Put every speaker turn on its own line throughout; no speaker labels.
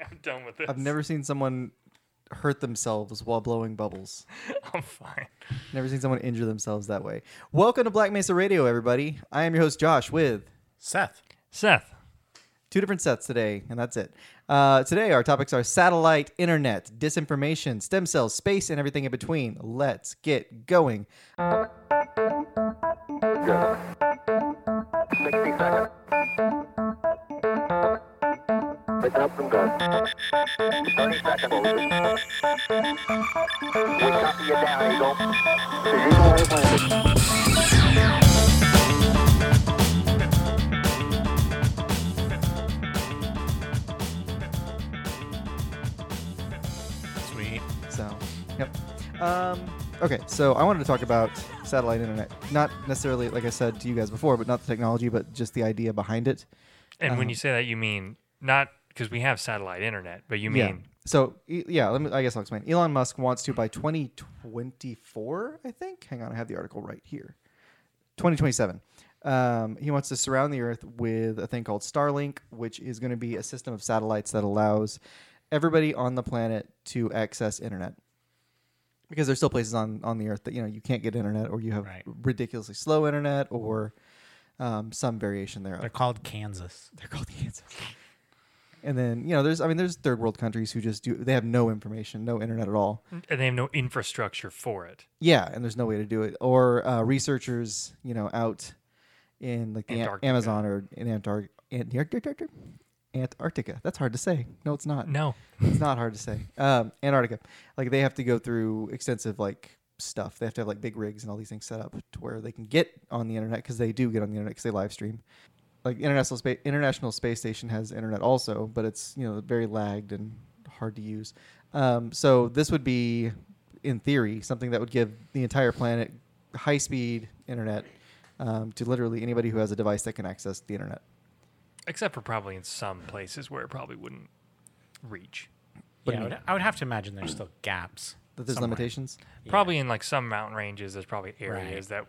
I'm done with this.
I've never seen someone hurt themselves while blowing bubbles.
I'm fine.
Never seen someone injure themselves that way. Welcome to Black Mesa Radio, everybody. I am your host, Josh, with
Seth.
Seth.
two different sets today, and that's it. Uh, today, our topics are satellite, internet, disinformation, stem cells, space, and everything in between. Let's get going.
60 seconds. Pick up and go. 30 seconds. We copy you down, Eagle. The Eagle has landed.
Sweet.
So, yep. Um, okay, so I wanted to talk about satellite internet. Not necessarily, like I said to you guys before, but not the technology, but just the idea behind it.
And
Um,
when you say that, you mean not because we have satellite internet, but you
Yeah.
mean
So e- yeah, let me. I guess I'll explain. Elon Musk wants to by 2024, I think. Hang on, I have the article right here. 2027. Um, he wants to surround the Earth with a thing called Starlink, which is going to be a system of satellites that allows everybody on the planet to access internet. Because there's still places on on the Earth that you know you can't get internet, or you have
Right.
ridiculously slow internet, or um, some variation thereof.
They're called Kansas.
They're called the Kansas. And then you know, there's I mean, there's third world countries who just do they have no information, no internet at all.
and they have no infrastructure for it.
Yeah, and there's no way to do it. Or uh, researchers, you know, out in like the Am-
Antarctica.
Amazon or in Antarctica. Antarctica. Antarctica. That's hard to say. No, it's not.
No.
It's not hard to say. Um, Antarctica. Like they have to go through extensive like stuff. They have to have like big rigs and all these things set up to where they can get on the internet because they do get on the internet because they live stream. Like international space international space station has internet also, but it's you know very lagged and hard to use. Um, so this would be, in theory, something that would give the entire planet high speed internet um, to literally anybody who has a device that can access the internet.
Except for probably in some places where it probably wouldn't reach.
yeah, I would, I would have to imagine there's still gaps.
That there's
somewhere.
limitations.
Yeah.
Probably in like some mountain ranges, there's probably areas that,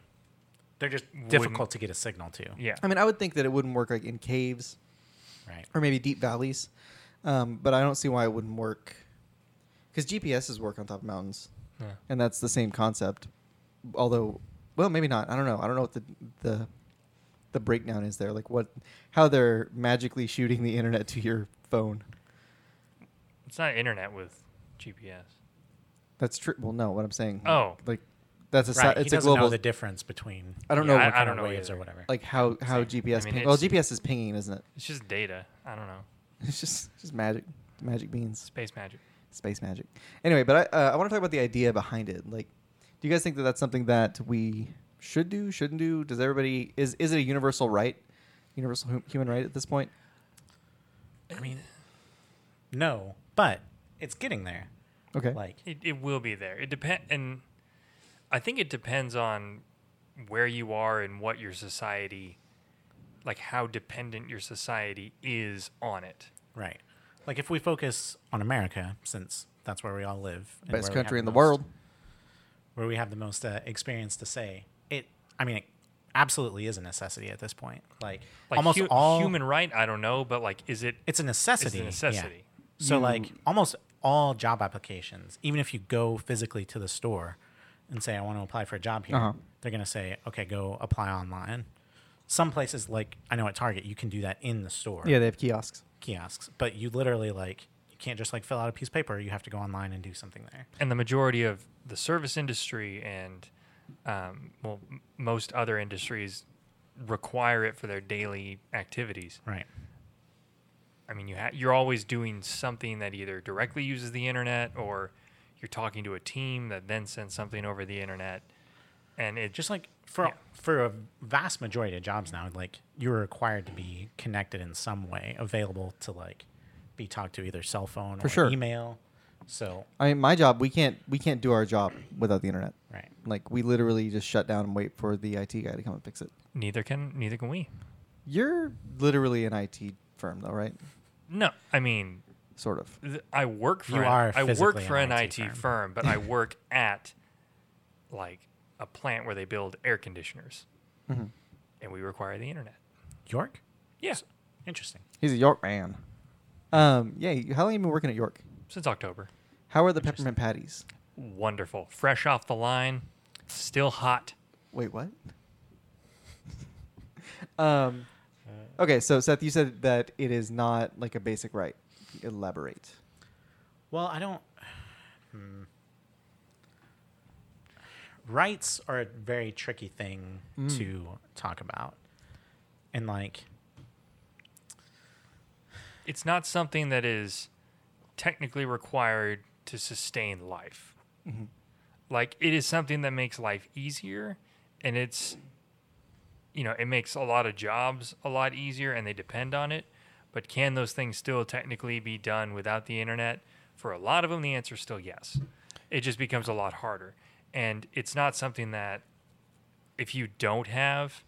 They're just difficult to get a signal to.
yeah.
I mean, I would think that it wouldn't work like in caves
Right.
or maybe deep valleys. Um, but I don't see why it wouldn't work because GPSs work on top of mountains,
Yeah.
and that's the same concept. Although, well, maybe not. I don't know. I don't know what the the the breakdown is there. Like what, how they're magically shooting the internet to your phone.
It's not internet with GPS.
That's true. Well, no, what I'm saying.
Oh.
like that's a sa-
Right. he
it's a
doesn't know
global.
the difference between.
I don't
Yeah,
know
I-
what
I
kind
don't
of
know
waves
either.
or whatever.
like how how
Same.
GPS.
I mean,
ping- well,
it's-
GPS is pinging, isn't it?
It's just data. I don't know.
It's just just magic, magic beans.
Space magic.
space magic. Anyway, but I, uh, I want to talk about the idea behind it. Like, do you guys think that that's something that we should do, shouldn't do? Does everybody is is it a universal right, universal hum, human right at this point?
I mean, no, but it's getting there.
Okay,
Like,
It, it will be there. It depend, and I think it depends on where you are and what your society, like how dependent your society is on it.
right. Like, if we focus on America, since that's where we all live,
best
and where we have
country in the
most-
world.
where we have the most uh, experience to say, it, I mean, it absolutely is a necessity at this point. Like,
Like
almost
hu-
all
human right, I don't know, but like, is it?
it's a necessity. yeah.
necessity.
So like almost all job applications, even if you go physically to the store and say I want to apply for a job here,
Uh-huh.
they're going to say, "Okay, go apply online." Some places like I know at Target, you can do that in the store.
Yeah, they have kiosks.
kiosks, but you literally like you can't just like fill out a piece of paper, you have to go online and do something there.
And the majority of the service industry and um, well, m- most other industries require it for their daily activities.
Right.
I mean, you ha- you're always doing something that either directly uses the internet or you're talking to a team that then sends something over the internet, and it
Just like for
Yeah.
for a vast majority of jobs now, like you're required to be connected in some way, available to like be talked to either cell phone or
sure.
email. So,
I mean, my job we can't we can't do our job without the internet.
right.
Like we literally just shut down and wait for the IT guy to come and fix it.
neither can neither can we.
You're literally an IT firm though, right?
No, I mean,
Sort of.
th- I work for
You
an,
are
I work
physically
for an
an
IT
IT
firm.
firm.
but I work at like a plant where they build air conditioners,
Mm-hmm.
and we require the internet.
York?
Yeah,
Interesting.
He's a York man. Um, yeah. you- How long have you been working at York?
since October.
How are the peppermint patties?
Wonderful. Fresh off the line, still hot.
Wait, what? um, okay, so Seth, you said that it is not like a basic right. Elaborate.
Well, I don't. Hmm. Rights are a very tricky thing to talk about, and like,
It's not something that is technically required to sustain life. Like it is something that makes life easier and it's you know, it makes a lot of jobs a lot easier and they depend on it. But can those things still technically be done without the internet? For a lot of them the answer is still yes. It just becomes a lot harder. And it's not something that if you don't have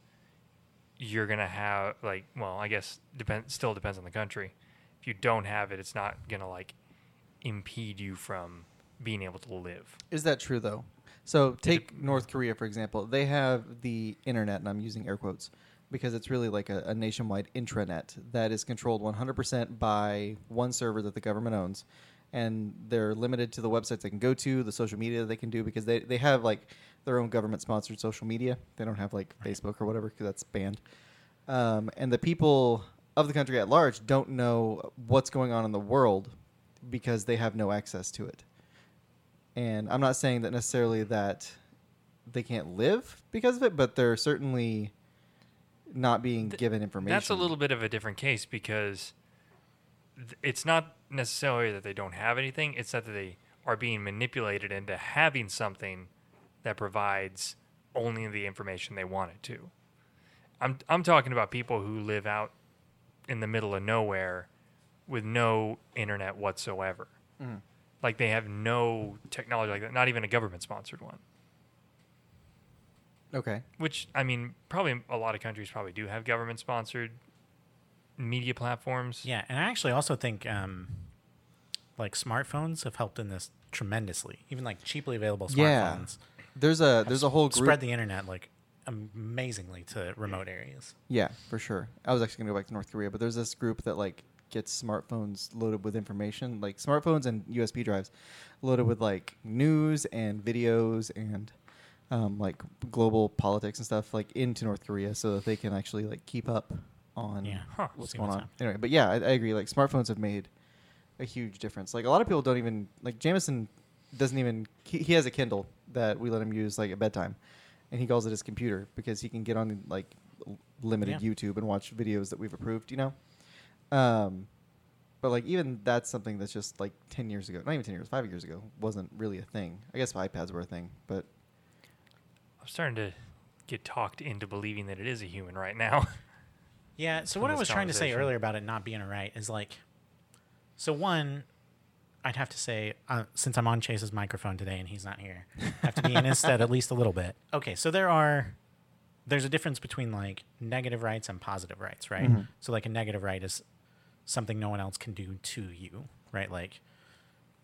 you're gonna have like well i guess depend still depends on the country if you don't have it it's not gonna like impede you from being able to live
Is that true though? So take North Korea for example. They have the internet, and I'm using air quotes because it's really like a, a nationwide intranet that is controlled 100% by one server that the government owns, and they're limited to the websites they can go to, the social media they can do because they they have like their own government sponsored social media. They don't have like Facebook or whatever because that's banned. Um, and the people of the country at large don't know what's going on in the world because they have no access to it. And I'm not saying that necessarily that they can't live because of it, but they're certainly not being given information.
that's a little bit of a different case because th- it's not necessarily that they don't have anything it's that they are being manipulated into having something that provides only the information they want it to i'm i'm talking about people who live out in the middle of nowhere with no internet whatsoever like they have no technology like that not even a government sponsored one
okay.
which I mean, probably a lot of countries probably do have government sponsored media platforms.
yeah, and I actually also think um, like smartphones have helped in this tremendously. Even like cheaply available
Yeah.
smartphones
There's a there's a whole group.
spread the internet like amazingly to remote areas.
Yeah, for sure. I was actually going to go back to North Korea, but there's this group that like gets smartphones loaded with information, like smartphones and USB drives loaded with like news and videos and um, like global politics and stuff like into North Korea so that they can actually like keep up on
Yeah. Huh.
what's
See
going
what's
on.
happening.
Anyway, but yeah, I, I agree. Like smartphones have made a huge difference. Like a lot of people don't even like Jameson doesn't even he, he has a Kindle that we let him use like at bedtime, and he calls it his computer because he can get on like l- limited
Yeah.
YouTube and watch videos that we've approved. You know, um, but like even that's something that's just like ten years ago, not even ten years, five years ago, wasn't really a thing. I guess iPads were a thing, but
I'm starting to get talked into believing that it is a human right now.
Yeah. So what I
this
was trying to say
conversation.
earlier about it not being a right is like, so one, I'd have to say uh, since I'm on Chase's microphone today and he's not here, I have to be in his stead at least a little bit. Okay. So there are, there's a difference between like negative rights and positive rights, right?
Mm-hmm.
So like a negative right is something no one else can do to you, right? Like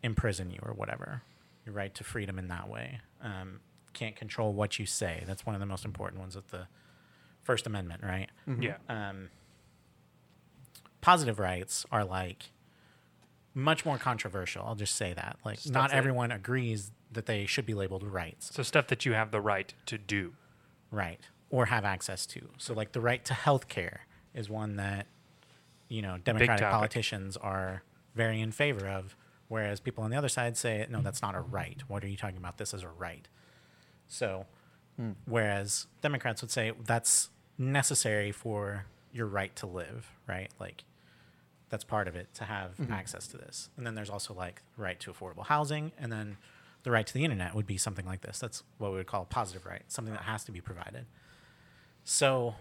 imprison you or whatever. Your right to freedom in that way. Um, can't control what you say. That's one of the most important ones of the First Amendment, right?
Yeah.
um, positive rights are like much more controversial. I'll just say that. Like,
Stuff
not
that-
everyone agrees that they should be labeled rights,
So stuff that you have the right to do.
right, or have access to. So, like, the right to health care is one that, you know, Democratic
topic.
politicians are very in favor of, whereas people on the other side say, no, that's not a right. What are you talking about? This is a right. So,
Hmm.
whereas Democrats would say that's necessary for your right to live, right? Like that's part of it to have
Mm-hmm.
access to this. And then there's also like the right to affordable housing, and then the right to the internet would be something like this. That's what we would call a positive right, something that has to be provided. So,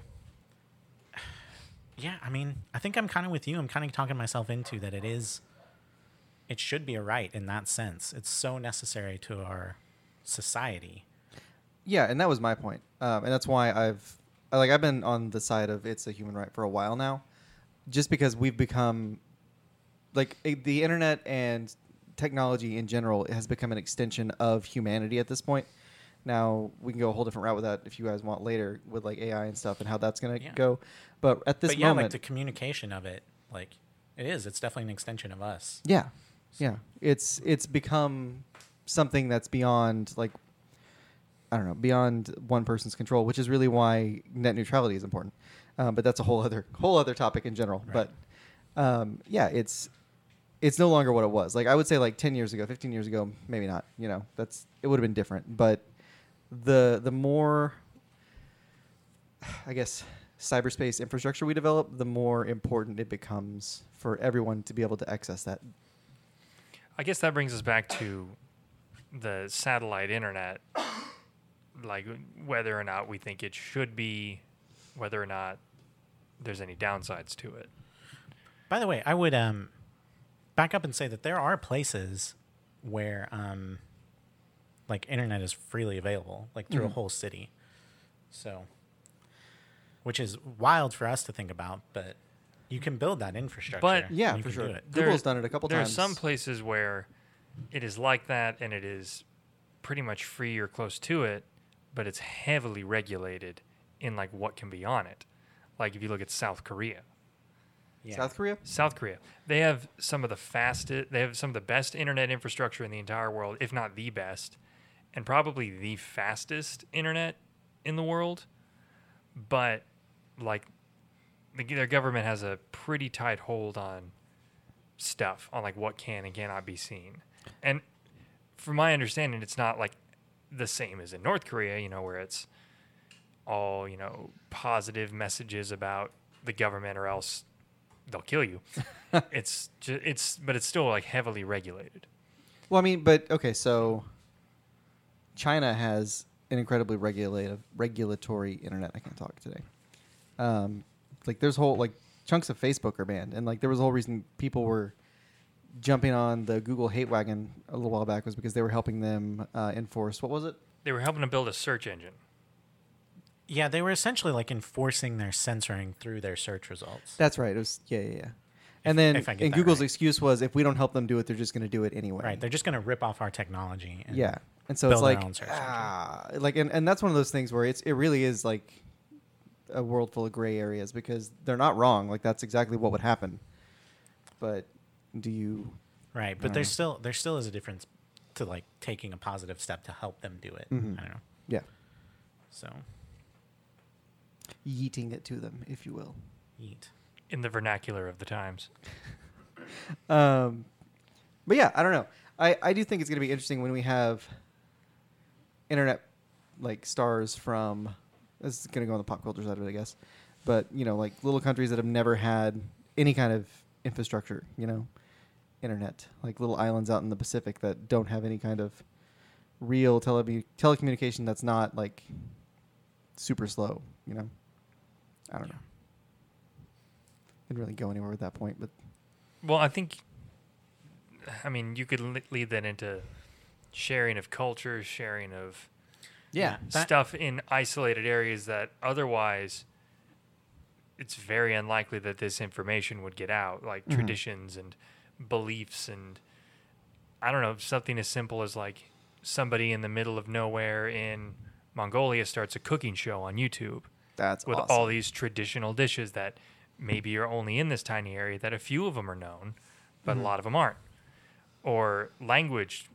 yeah, I mean, I think I'm kind of with you. I'm kind of talking myself into that. It is, it should be a right in that sense. It's so necessary to our society.
Yeah, and that was my point, um, and that's why I've I- like I've been on the side of it's a human right for a while now, just because we've become like i- the internet and technology in general has become an extension of humanity at this point. Now we can go a whole different route with that if you guys want later with like AI and stuff and how that's gonna
Yeah.
go. But at this
but yeah,
moment,
like the communication of it, like It is. It's definitely an extension of us.
Yeah, yeah. It's it's become something that's beyond like I don't know beyond one person's control, which is really why net neutrality is important. Uh, but that's a whole other whole other topic in general.
Right.
But um, yeah, it's it's no longer what it was. Like I would say, like ten years ago, fifteen years ago, maybe not. You know, that's it would have been different. But the the more I guess, cyberspace infrastructure we develop, the more important it becomes for everyone to be able to access that.
I guess that brings us back to the satellite internet, like whether or not we think it should be, whether or not there's any downsides to it.
By the way, I would um, back up and say that there are places where um, like internet is freely available, like through a
Mm-hmm.
whole city. So, which is wild for us to think about, but you can build that infrastructure.
But-
and
Yeah,
you
for
can
sure.
do it.
There-
Google's done it a couple
there
times.
are some places where it is like that and it is pretty much free or close to it, but it's heavily regulated in like what can be on it. Like if you look at South Korea,
Yeah.
South Korea.
South Korea, they have some of the fastest, they have some of the best internet infrastructure in the entire world, if not the best, and probably the fastest internet in the world. But like the, their government has a pretty tight hold on stuff, on like what can and cannot be seen. And from my understanding, it's not like the same as in North Korea, you know, where it's all, you know, positive messages about the government or else they'll kill you. it's ju- it's but it's still like heavily regulated.
Well, I mean, but okay, so China has an incredibly regulative regulatory internet. I can't talk today. Um, like there's whole like chunks of Facebook are banned, and like there was a whole reason people were jumping on the Google hate wagon a little while back was because they were helping them uh, enforce what was it?
They were helping to build a search engine.
Yeah, they were essentially like enforcing their censoring through their search results.
That's right. It was yeah, yeah, yeah. And then
if I get
and
that
Google's
right.
excuse was if we don't help them do it, they're just going to do it anyway.
right. They're just going to rip off our technology. And
yeah and so it's
build their
like
own search engine.
ah, like and, and that's one of those things where it's it really is like a world full of gray areas because they're not wrong like that's exactly what would happen but do you
Right. But
Mm-hmm.
there's still there still is a difference to like taking a positive step to help them do it.
Mm-hmm.
I don't know.
yeah
So
yeeting it to them if you will
eat.
In the vernacular of the times,
um but yeah i don't know i i do think it's going to be interesting when we have internet like stars from this is going to go on the pop culture side of it i guess but you know like little countries that have never had any kind of infrastructure you know internet like little islands out in the pacific that don't have any kind of real tele- telecommunication that's not like super slow you know i don't know didn't really go anywhere at that point but
well, I think, I mean, you could li- lead that into sharing of cultures, sharing of
Yeah. That-
stuff in isolated areas that otherwise it's very unlikely that this information would get out, like
Mm-hmm.
traditions and beliefs and I don't know, something as simple as like somebody in the middle of nowhere in Mongolia starts a cooking show on YouTube
that's
with
awesome.
all these traditional dishes that maybe are only in this tiny area that a few of them are known but
Mm-hmm.
a lot of them aren't or language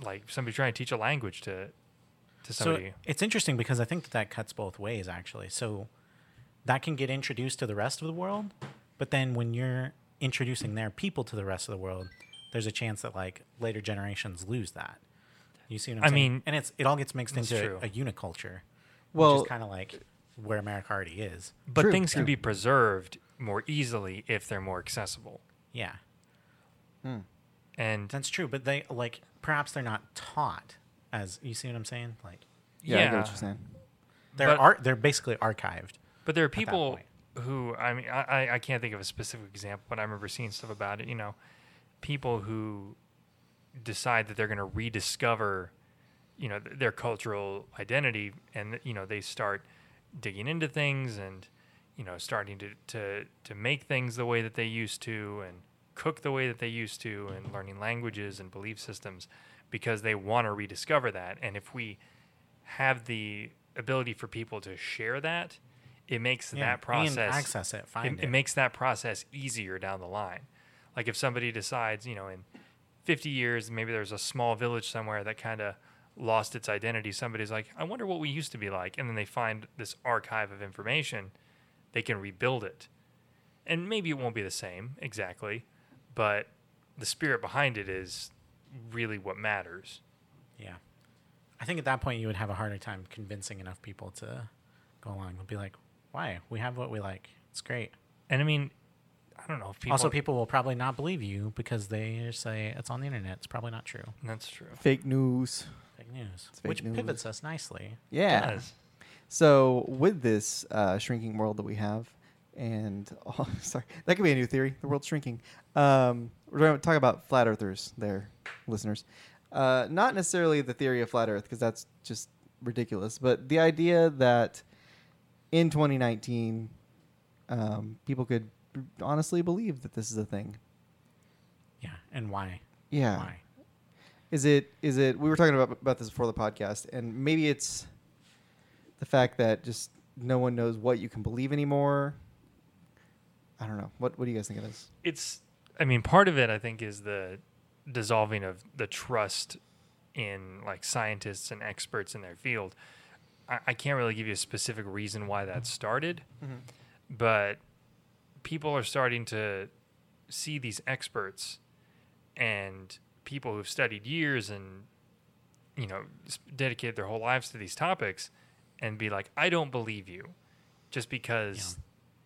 like somebody trying to teach a language to to
So
somebody
it's interesting because I think that, that cuts both ways actually. So that can get introduced to the rest of the world, but then when you're introducing their people to the rest of the world, there's a chance that like later generations lose that. You see what I'm
I
saying?
mean,
and it's it all gets mixed
that's
into
true.
a uniculture, which
Well-
is kind of like where America already is.
but
True,
things
true.
can be preserved more easily if they're more accessible
Yeah,
and
that's true. But they like perhaps they're not taught as you see what I'm saying. Like
Yeah, I get what
Yeah.
you're saying.
they're
But-
ar- they're basically archived.
But there are people
point.
who I mean I, I- I can't think of a specific example, but I remember seeing stuff about it. You know, people who decide that they're going to rediscover, you know, th- their cultural identity, and you know they start digging into things and you know starting to to to make things the way that they used to and cook the way that they used to and learning languages and belief systems because they want to rediscover that and if we have the ability for people to share that it makes
Yeah,
that process
and access it, find
it, it makes that process easier down the line Like if somebody decides, you know, in 50 years, maybe there's a small village somewhere that kind of lost its identity. Somebody's like, I wonder what we used to be like. And then they find this archive of information, they can rebuild it. And maybe it won't be the same exactly, but the spirit behind it is really what matters.
Yeah. I think at that point you would have a harder time convincing enough people to go along. They'll be like, why? We have what we like. It's great.
And I mean, I don't know if people.
also, people will probably not believe you because they say it's on the internet. It's probably not true.
That's true.
Fake news.
Fake news.
fake
which
news.
pivots us nicely.
Yeah.
Yes.
So with this uh, shrinking world that we have, and oh, sorry, that could be a new theory. The world's shrinking. Um, we're going to talk about flat earthers, there, listeners. Uh, not necessarily the theory of flat Earth because that's just ridiculous, but the idea that in 2019 um, people could honestly believe that this is a thing.
Yeah. And why?
Yeah.
Why?
Is it is it we were talking about about this before the podcast and maybe it's the fact that just no one knows what you can believe anymore. I don't know. What what do you guys think it is?
It's, I mean, part of it, I think, is the dissolving of the trust in like scientists and experts in their field. I, I can't really give you a specific reason why that started,
Mm-hmm.
but people are starting to see these experts and people who've studied years and you know s- dedicated their whole lives to these topics and be like i don't believe you just because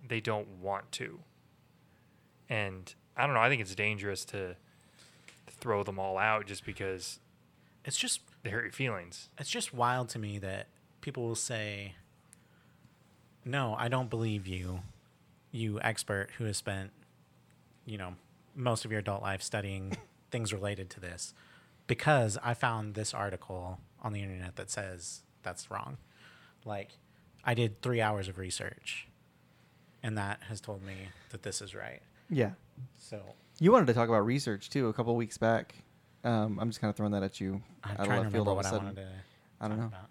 they don't want to and i don't know i think it's dangerous to throw them all out just because
It's just
they hurt your feelings
it's just wild to me that people will say, "No, I don't believe you, you expert who has spent, you know, most of your adult life studying things related to this, because I found this article on the internet that says that's wrong. Like, I did three hours of research, and that has told me that this is right.
Yeah.
So
You wanted to talk about research too a couple weeks back. Um, I'm just kind of throwing that at you.
I'm
out of
trying to
left field all
remember
of
what
a
I
sudden.
wanted to.
I don't
talk
know.
about.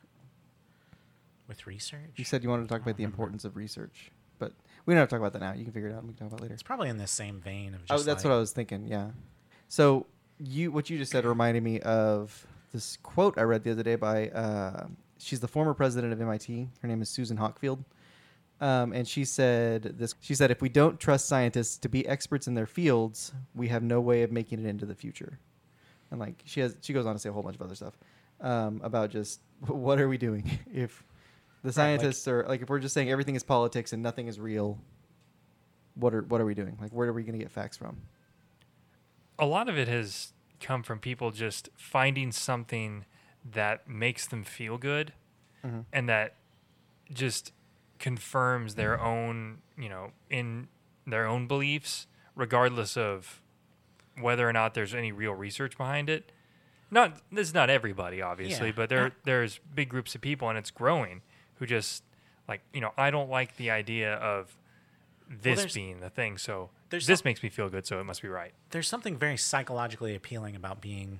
With research,
You said you wanted to talk
I
about the
remember.
importance of research, but we don't have to talk about that now. You can figure it out. and We can talk about it later.
It's probably in this same vein of just.
Oh, that's
like-
what I was thinking. Yeah. So you, what you just said, reminded me of this quote I read the other day by. Uh, she's the former president of MIT. Her name is Susan Hockfield, um, and she said this. She said, "If we don't trust scientists to be experts in their fields, we have no way of making it into the future." And like she has, she goes on to say a whole bunch of other stuff um, about just what are we doing if the
Right, like-
scientists are like if we're just saying everything is politics and nothing is real. What are what are we doing? Like, where are we going to get facts from?
a lot of it has come from people just finding something that makes them feel good
Mm-hmm.
Mhm.
and that just confirms their own, you know, in their own beliefs, regardless of whether or not there's any real research behind it. Not this is not everybody, obviously,
Yeah.
but there there's big groups of people and it's growing who just like, you know, I don't like the idea of this
there's-
being the thing, so
there's
this
some-
makes me feel good, so it must be right.
there's something very psychologically appealing about being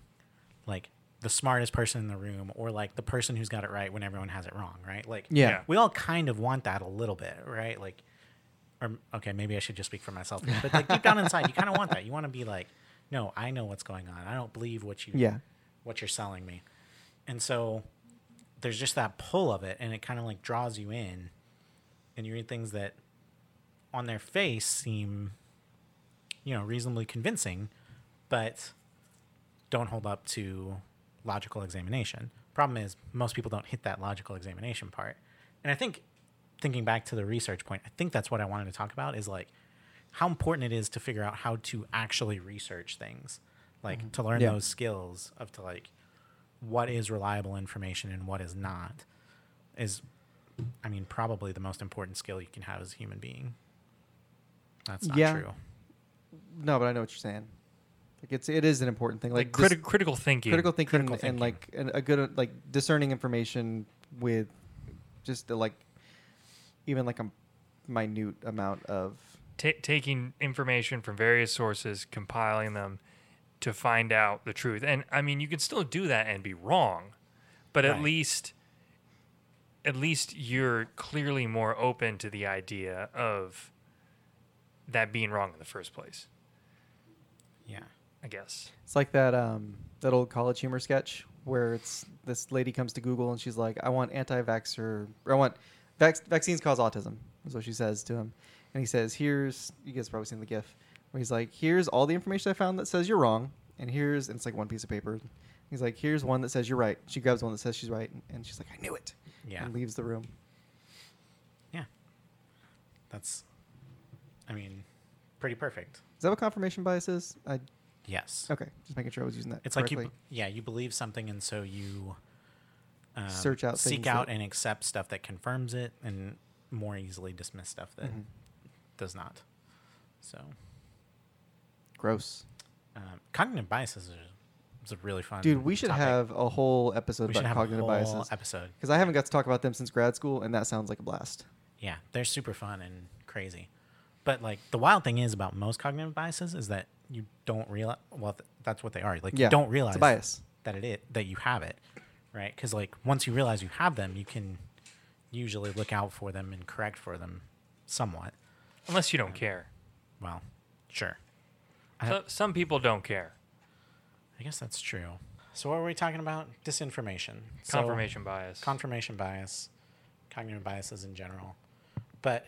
like the smartest person in the room or like the person who's got it right when everyone has it wrong, right? Like
Yeah.
Yeah.
we all kind of want that a little bit, right? Like or okay, maybe I should just speak for myself, here, but like deep down inside you kind of want that. You want to be like, no, I know what's going on. I don't believe what you
Yeah.
what you're selling me. And so there's just that pull of it and it kind of like draws you in and you read things that on their face seem you know reasonably convincing but don't hold up to logical examination problem is most people don't hit that logical examination part and i think thinking back to the research point i think that's what i wanted to talk about is like how important it is to figure out how to actually research things like to learn
Yeah.
those skills of to like what is reliable information and what is not is i mean probably the most important skill you can have as a human being that's not
Yeah.
true
No, but I know what you're saying. Like it's it is an important thing. Like,
like
dis-
criti- critical thinking.
critical thinking,
critical
and,
thinking.
like and a good uh, like discerning information with just the, like even like a minute amount of
Ta taking information from various sources, compiling them to find out the truth. And I mean, you can still do that and be wrong, but
Right.
at least at least you're clearly more open to the idea of that being wrong in the first place. guess.
It's like that um, that old college humor sketch where it's this lady comes to Google and she's like, "I want anti-vaxxer, or I want vac- vaccines cause autism," is what she says to him, and he says, "Here's you guys have probably seen the GIF where he's like, "Here's all the information I found that says you're wrong, and here's and it's like one piece of paper." He's like, "Here's one that says you're right." She grabs one that says she's right, and- and she's like, "I knew it,"
Yeah.
and leaves the room.
Yeah. That's, I mean, pretty perfect.
Is that what confirmation bias is? I,
Yes.
okay, just making sure I was using that.
It's
correctly.
like you, yeah, you believe something, and so you um,
Search out
seek
things
out,
that-
and accept stuff that confirms it, and more easily dismiss stuff that
Mm-hmm.
does not. So,
gross.
um, cognitive biases are, is a really fun.
Dude, we should
topic.
have a whole episode
we should
about
have
cognitive
a whole
biases
episode.
because I haven't got to talk about them since grad school, and that sounds like a blast.
Yeah, they're super fun and crazy. But like the wild thing is about most cognitive biases is that you don't realize. Well, th- that's what they are. Like
Yeah,
you don't
it's a
realize
bias.
that it is, that you have it, right? Because like once you realize you have them, you can usually look out for them and correct for them somewhat.
Unless you don't care.
Well, sure.
So, some people don't care.
I guess that's true. So what were we talking about? Disinformation. So-
Confirmation bias.
confirmation bias, cognitive biases in general. But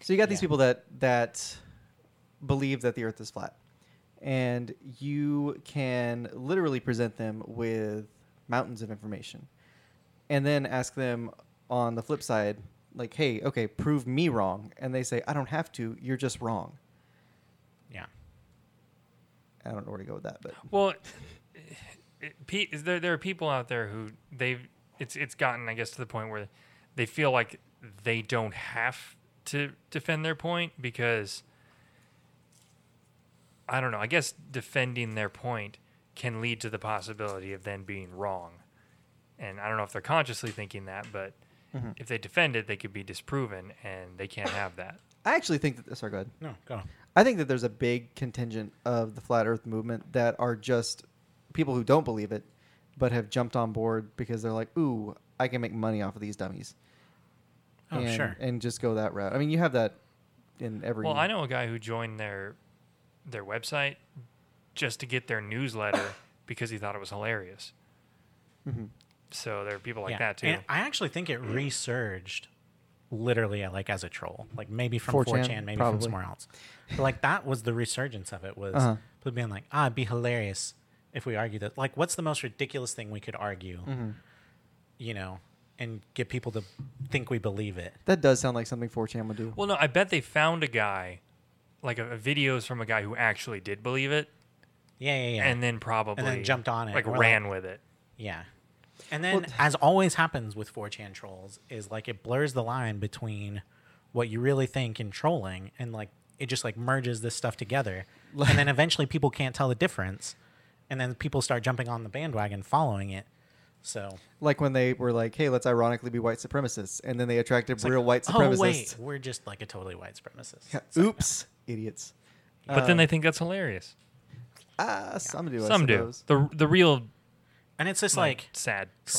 So you got these
Yeah.
people that that believe that the Earth is flat, and you can literally present them with mountains of information, and then ask them on the flip side, like, "Hey, okay, prove me wrong," and they say, "I don't have to. You're just wrong."
yeah,
I don't know where to go with that, but
Well, it, pe- is there there are people out there who they've it's it's gotten I guess to the point where they feel like they don't have to defend their point because I don't know. I guess defending their point can lead to the possibility of then being wrong, and I don't know if they're consciously thinking that, but if they defend it, they could be disproven, and they can't have that.
I actually think that. Sorry, go ahead.
no, go.
I think that there's a big contingent of the flat Earth movement that are just people who don't believe it, but have jumped on board because they're like, "Ooh, I can make money off of these dummies."
Oh,
and,
sure.
And just go that route. I mean, you have that in every.
Well, I know a guy who joined their their website just to get their newsletter because he thought it was hilarious.
Mhm.
So there are people like
Mm-hmm. yeah.
that too.
And I actually think it resurged literally uh, like as a troll, like maybe from
4chan,
4chan, maybe
probably.
from somewhere else. But, like that was the resurgence of it was
Uh-huh.
people being like, ah, it'd be hilarious if we argue that. Like, what's the most ridiculous thing we could argue?
Mm-hmm.
You know, and get people to think we believe it.
That does sound like something 4chan would do.
well, no, I bet they found a guy, like a, a videos from a guy who actually did believe it,
Yeah, yeah, yeah.
and then probably
jumped on it.
like
We're
ran with it.
Yeah. And then,
Well,
as always happens with 4chan trolls, is like it blurs the line between what you really think and trolling, and like it just like merges this stuff together. and then eventually people can't tell the difference, and then people start jumping on the bandwagon following it. So
like when they were like, "Hey, let's ironically be white supremacists," and then they attracted
like,
real white
Oh wait,
supremacists.
we're just like a totally white supremacist.
Yeah, Oops, idiots.
But then
uh,
they think that's hilarious.
Ah, some do. I
Some do.
suppose.
The the real
And it's just
like,
like
sad trolls.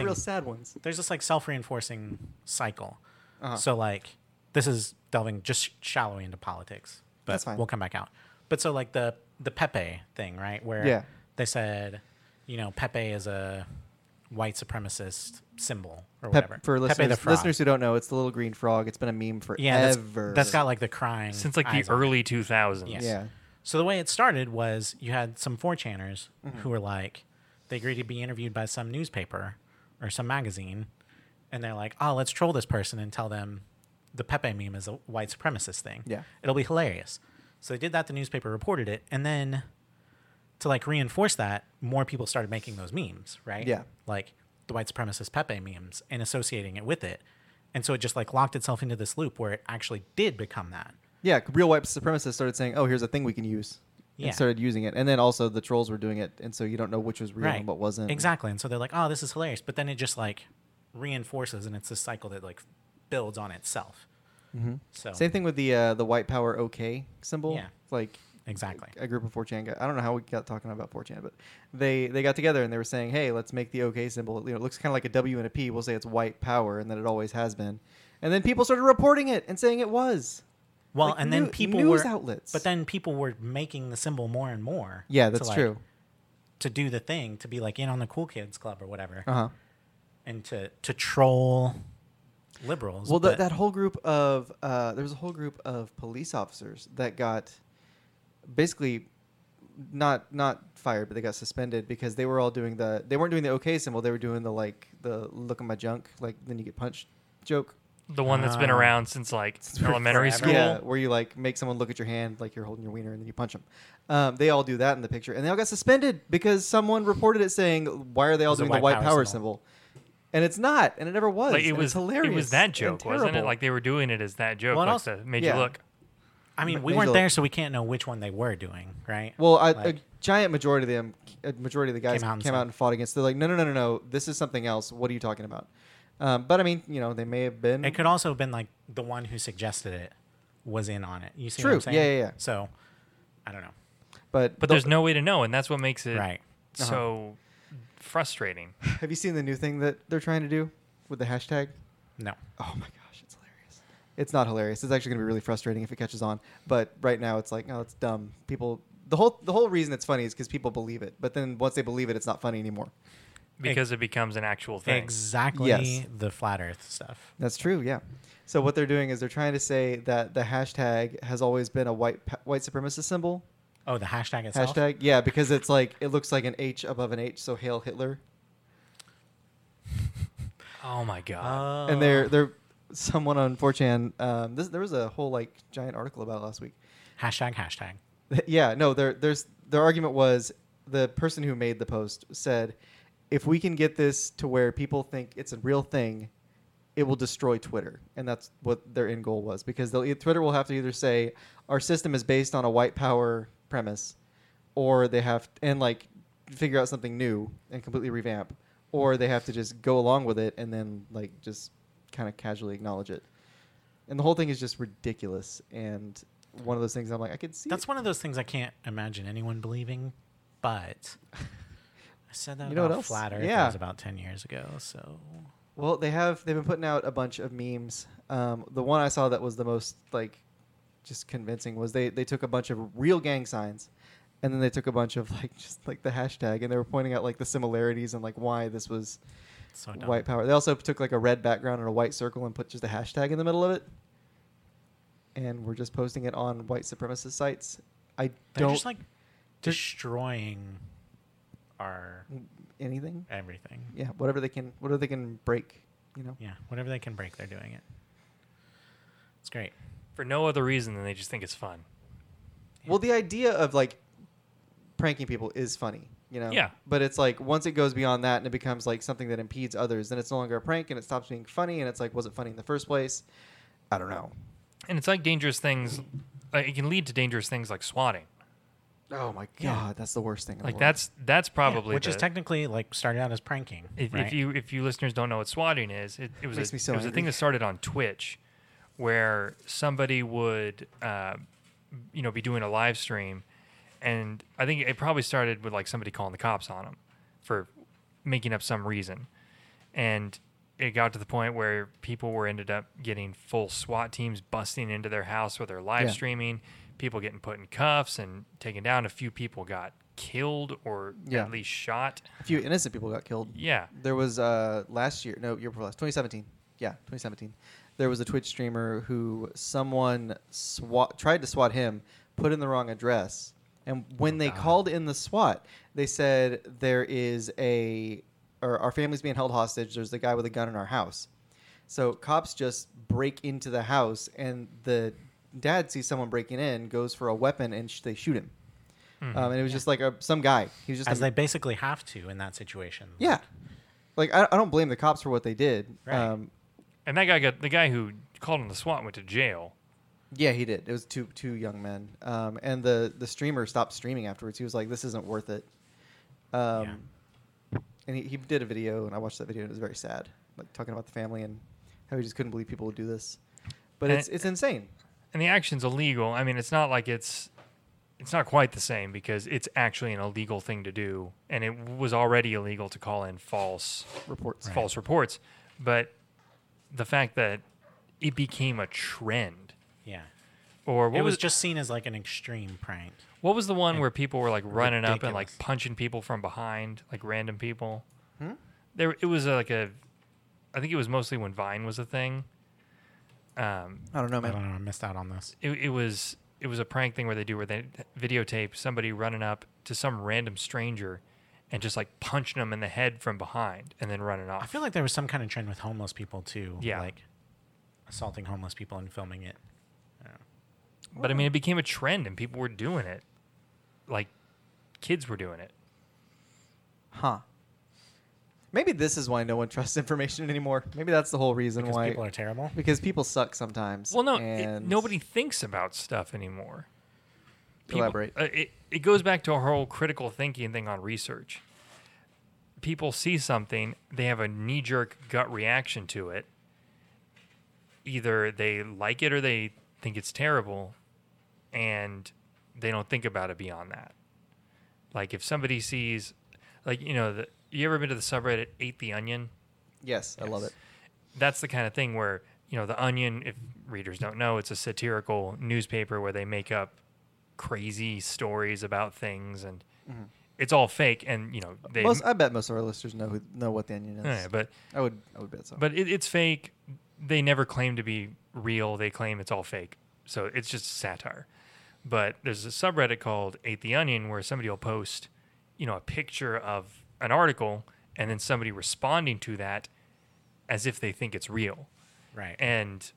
the real sad ones.
there's this like self-reinforcing cycle.
Uh-huh.
So like this is delving just shallowly into politics, but
That's fine.
we'll come back out. But so like the the Pepe thing, right? Where
Yeah.
they said, you know, Pepe is a white supremacist symbol or
Pep-
whatever.
for
Pepe the
listeners,
frog.
listeners who don't know, it's the little green frog. It's been a meme forever.
yeah, that's, that's got like the crying
since like
eyes
the
on it.
early two thousands.
Yes.
yeah.
So the way it started was you had some 4chaners
Mm-hmm.
who were like, they agreed to be interviewed by some newspaper or some magazine, and they're like, oh, let's troll this person and tell them the Pepe meme is a white supremacist thing.
Yeah.
It'll be hilarious. So they did that. The newspaper reported it. And then to like reinforce that, more people started making those memes, right?
Yeah.
Like the white supremacist Pepe memes and associating it with it. And so it just like locked itself into this loop where it actually did become that.
Yeah, real white supremacists started saying, "Oh, here's a thing we can use,"
Yeah.
and started using it. And then also the trolls were doing it, and so you don't know which was real and what wasn't.
Exactly. And so they're like, oh, this is hilarious. But then it just like reinforces and it's this cycle that like builds on itself. So
Mm-hmm. Same thing with the uh, the white power OK symbol.
Yeah.
like
exactly.
a group of 4chan guys. I don't know how we got talking about 4chan, but they they got together and they were saying, "Hey, let's make the OK symbol. You know, it looks kind of like a W and a P. We'll say it's white power, and that it always has been." And then people started reporting it and saying it was.
Well,
Like,
and then
new-
people
news
were
outlets.
But then people were making the symbol more and more.
yeah,
to,
that's
like,
true.
To do the thing, to be like in on the cool kids club or whatever,
Uh huh.
and to to troll liberals.
Well, that
but
that whole group of uh, there was a whole group of police officers that got basically not not fired, but they got suspended because they were all doing the they weren't doing the okay symbol, they were doing the like the look at my junk, like then you get punched joke.
The one that's been
Ah.
around since like elementary
forever.
school.
Yeah, where you like make someone look at your hand like you're holding your wiener and then you punch them. Um, they all do that in the picture, and they all got suspended because someone reported it saying, "Why are they all
It was a
doing the white power, symbol.
symbol."
And it's not, and it never was.
Like it
and
was
it's hilarious.
It was that
and
joke, wasn't it?
terrible.
Like they were doing it as that joke.
Well, it
like
also-
that made
yeah.
you look.
I mean,
ma-
we
made you
weren't
look-
there, so we can't know which one they were doing, right?
Well, I, a
Like-
giant majority of them, a majority of the guys
Came
came
out
out
and
and,
said-
fought against. They're like, no, no, no, no, no. This is something else. What are you talking about? Um, but I mean, you know, they may have been.
It could also have been like the one who suggested it was in on it. You see what I'm
True.
saying?
Yeah, yeah, yeah.
So I don't know.
but
But
the-
there's no way to know, and that's what makes it
Right.
so frustrating.
Have you seen the new thing that they're trying to do with the hashtag?
No.
Oh my gosh, it's hilarious. It's not hilarious. It's actually going to be really frustrating if it catches on. But right now, it's like, oh, it's dumb. People, the whole the whole reason it's funny is because people believe it. But then once they believe it, it's not funny anymore.
because it becomes an actual thing.
Exactly
Yes.
the flat earth stuff.
That's true. Yeah. So what they're doing is they're trying to say that the hashtag has always been a white pa- white supremacist symbol,
Oh, the hashtag itself.
Hashtag, yeah, because it's like it looks like an H above an H, so hail Hitler.
Oh my god!
Oh.
And they're they're someone on 4chan. Um, this, there was a whole like giant article about it last week.
hashtag hashtag.
yeah, no, there there's their argument was the person who made the post said, if we can get this to where people think it's a real thing, it will destroy Twitter, and that's what their end goal was because they'll e- Twitter will have to either say our system is based on a white power premise, or they have and like figure out something new and completely revamp, or they have to just go along with it and then like just kind of casually acknowledge it, and the whole thing is just ridiculous and one of those things I'm like I could see
That's
it.
one of those things I can't imagine anyone believing, but I said that
You know what
about
else?
flat earth
Yeah.
was about 10 years ago, so
Well, they have they've been putting out a bunch of memes. Um, the one I saw that was the most like just convincing was they they took a bunch of real gang signs, and then they took a bunch of like just like the hashtag, and they were pointing out like the similarities and like why this was
so dumb.
white power. They also took like a red background and a white circle and put just a hashtag in the middle of it, and we're just posting it on white supremacist sites. I
They're
don't
just like destroying our
anything.
everything.
Yeah, whatever they can, whatever they can break, you know.
Yeah, whatever they can break, they're doing it. It's great.
For no other reason than they just think it's fun.
Well, the idea of like pranking people is funny, you know.
Yeah.
But it's like once it goes beyond that and it becomes like something that impedes others, then it's no longer a prank and it stops being funny and it's like was it funny in the first place? I don't know.
And it's like dangerous things. Like it can lead to dangerous things like swatting.
Oh my god,
Yeah.
that's the worst thing. In
Like
the world.
that's that's probably
which is
the-
technically like started out as pranking.
If,
right?
if you if you listeners don't know what swatting is, it, it was
Makes
a,
me so
it was a thing
angry.
that started on Twitch, where somebody would uh, you know be doing a live stream, and I think it probably started with like somebody calling the cops on them for making up some reason, and it got to the point where people were ended up getting full SWAT teams busting into their house where they're live
Yeah.
streaming, people getting put in cuffs and taken down. A few people got killed or
Yeah.
at least shot.
a few innocent people got killed.
Yeah.
There was uh last year, no, year before last, 2017. Yeah, 2017. There was a Twitch streamer who someone swat, tried to swat him, put in the wrong address, and
Oh,
when they called in the SWAT, they said there is a or our family's being held hostage. There's a guy with a gun in our house. So cops just break into the house, and the dad sees someone breaking in, goes for a weapon, and sh- they shoot him. Um, and it was just like a, some guy. He was just
Mm-hmm. as
a
they basically have to in that situation.
yeah. Like, I, I don't blame the cops for what they did.
Right.
Um,
And that guy got the guy who called on the SWAT went to jail.
yeah, he did. It was two two young men. Um, and the, the streamer stopped streaming afterwards. He was like, this isn't worth it. Um,
Yeah.
And he, he did a video, and I watched that video, and it was very sad. Like, talking about the family and how he just couldn't believe people would do this. But
And
it's, it's insane.
And the action's illegal. I mean, it's not like it's it's not quite the same because it's actually an illegal thing to do, and it was already illegal to call in false
Reports.
false reports. But the fact that it became a trend
yeah.
Or what
it
was,
was just seen as like an extreme prank.
what was the one where people were like running up and
ridiculous.
like punching people from behind, like random people? There, it was uh, like a. I think it was mostly when Vine was a thing. Um,
I don't know,
I
man.
don't know. I missed out on this.
it, it was it was a prank thing where they do where they videotape somebody running up to some random stranger and just like punching them in the head from behind and then running off.
I feel like there was some kind of trend with homeless people too.
Yeah.
Like assaulting homeless people and filming it.
but I mean, it became a trend and people were doing it. Like kids were doing it.
Huh. Maybe this is why no one trusts information anymore. Maybe that's the whole reason
Because
why.
people are terrible.
because people suck sometimes.
Well, no, it,
and
nobody thinks about stuff anymore. People-
Elaborate.
uh, it, it goes back to our whole critical thinking thing on research. People see something, they have a knee jerk gut reaction to it. Either they like it or they think it's terrible, and they don't think about it beyond that. Like if somebody sees, like you know, the, you ever been to the subreddit "Ate the Onion"?
Yes, I love it.
that's the kind of thing where you know the onion if readers don't know it's a satirical newspaper where they make up crazy stories about things and it's all fake and you know they
Most, I bet most of our listeners know who, know what the onion is.
Yeah, but
I would I would bet so.
but it, it's fake they never claim to be real they claim it's all fake so it's just satire but there's a subreddit called ate the onion where somebody will post you know a picture of an article and then somebody responding to that as if they think it's real
Right.
and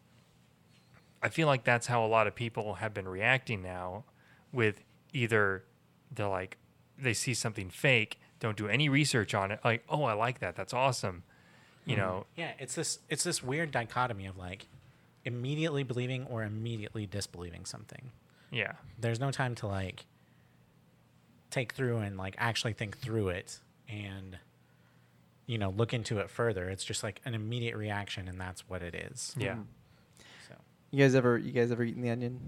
I feel like that's how a lot of people have been reacting now with either they're like they see something fake, don't do any research on it, like, oh I like that, that's awesome. You
Mm-hmm.
know,
yeah, it's this it's this weird dichotomy of like immediately believing or immediately disbelieving something.
yeah.
There's no time to like take through and like actually think through it and you know, look into it further. It's just like an immediate reaction and that's what it is.
Yeah.
Mm-hmm.
So
you guys ever you guys ever eaten the onion?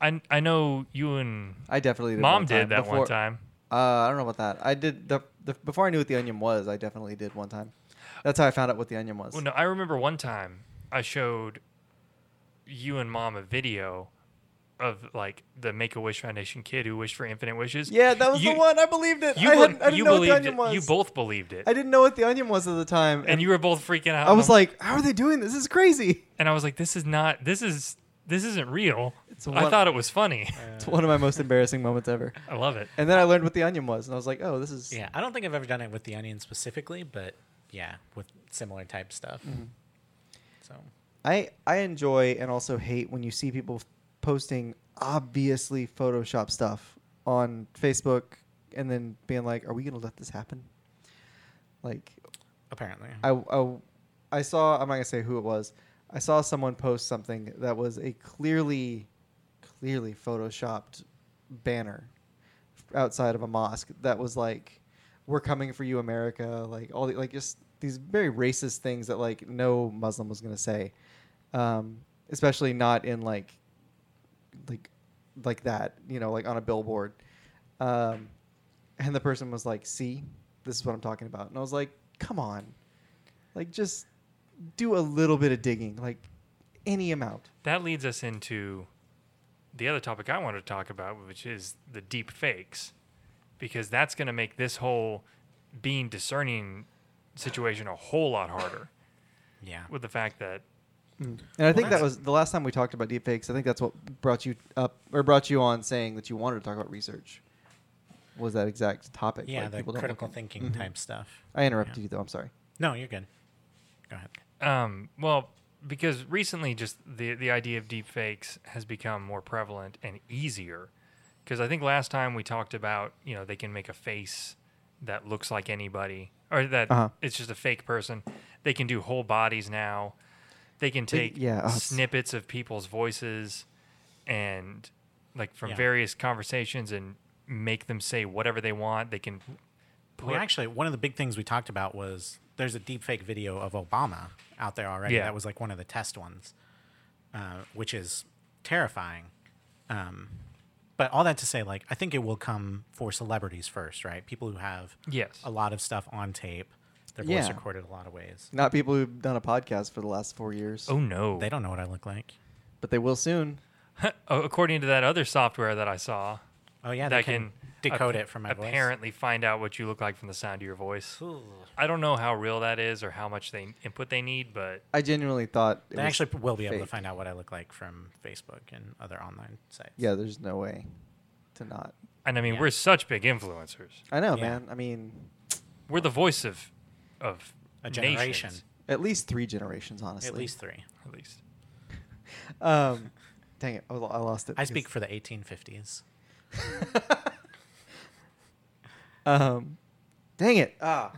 I I know you and
I definitely did.
mom
one
did
time
that
before,
one time.
Uh, I don't know about that. I did the, the before I knew what the onion was. I definitely did one time. That's how I found out what the onion was.
Well, Oh, no, I remember one time I showed you and mom a video of like the Make a Wish Foundation kid who wished for infinite wishes.
Yeah, that was
You-
the one. I believed it.
You,
I,
be-
hadn't- I didn't
you
know what
believed
the onion
it.
was.
You both believed it.
I didn't know what the onion was at the time,
and you were both freaking out.
I was
I'm-
like, "How are they doing this? This is crazy."
and I was like, "This is not. This is this isn't real."
It's
I
one-
thought it was funny.
uh,
It's one of my most embarrassing moments ever.
I love it.
And then I learned what the onion was, and I was like, "Oh, this is
Yeah, I don't think I've ever done it with the onion specifically, but yeah, with similar type stuff.
Mm-hmm.
So
I I enjoy and also hate when you see people posting obviously Photoshop stuff on Facebook and then being like, "Are we gonna let this happen?" Like
apparently,
I I, I saw I'm not gonna say who it was. I saw someone post something that was a clearly clearly photoshopped banner outside of a mosque that was like we're coming for you america like all the like just these very racist things that like no muslim was going to say um, especially not in like like like that you know like on a billboard um, and the person was like see this is what i'm talking about and i was like come on like just do a little bit of digging like any amount
That leads us into the other topic I wanted to talk about, which is the deep fakes, because that's going to make this whole being discerning situation a whole lot harder
yeah,
with the fact that
And I think that
that's-
was the last time we talked about deepfakes. I think that's what brought you up or brought you on saying that you wanted to talk about research. Was that exact topic?
yeah,
like,
the
people don't look
critical
in-
thinking
Mhm.
type stuff.
I interrupted
yeah.
you though. I'm sorry.
No, you're good. Go ahead.
Um, well, because recently, just the the idea of deep fakes has become more prevalent and easier. Because I think last time we talked about, you know, they can make a face that looks like anybody, or that
Uh-huh.
it's just a fake person. They can do whole bodies now. They can
They-
take
yeah, oh, it's-
snippets of people's voices and like from
Yeah.
various conversations and make them say whatever they want. They can put
We actually one of the big things we talked about was there's a deepfake video of Obama out there already.
Yeah.
That was like one of the test ones, uh, which is terrifying. Um, but all that to say, like I think it will come for celebrities first, right? People who have
yes.
a lot of stuff on tape, their
Yeah.
voice recorded a lot of ways.
Not people who've done a podcast for the last four years,
Oh no.
They don't know what I look like.
but they will soon.
according to that other software that I saw,
Oh yeah, they
that
can,
can,
decode
ap-
it from my voice.
apparently find out what you look like from the sound of your voice.
Apparently,
I don't know how real that is or how much they input they need, but
I genuinely thought it
they
was
actually will be able to
fake.
find out what I look like from Facebook and other online sites.
Yeah, there's no way to not.
and I mean
Yeah.
we're such big influencers.
I know,
Yeah.
man. I mean,
We're the voice of of
A generation.
nations,
at least three generations, honestly.
at least three.
at least.
Um, dang it, I lo- I lost it.
I
because-
speak for the 1850s.
um, dang it. Ah,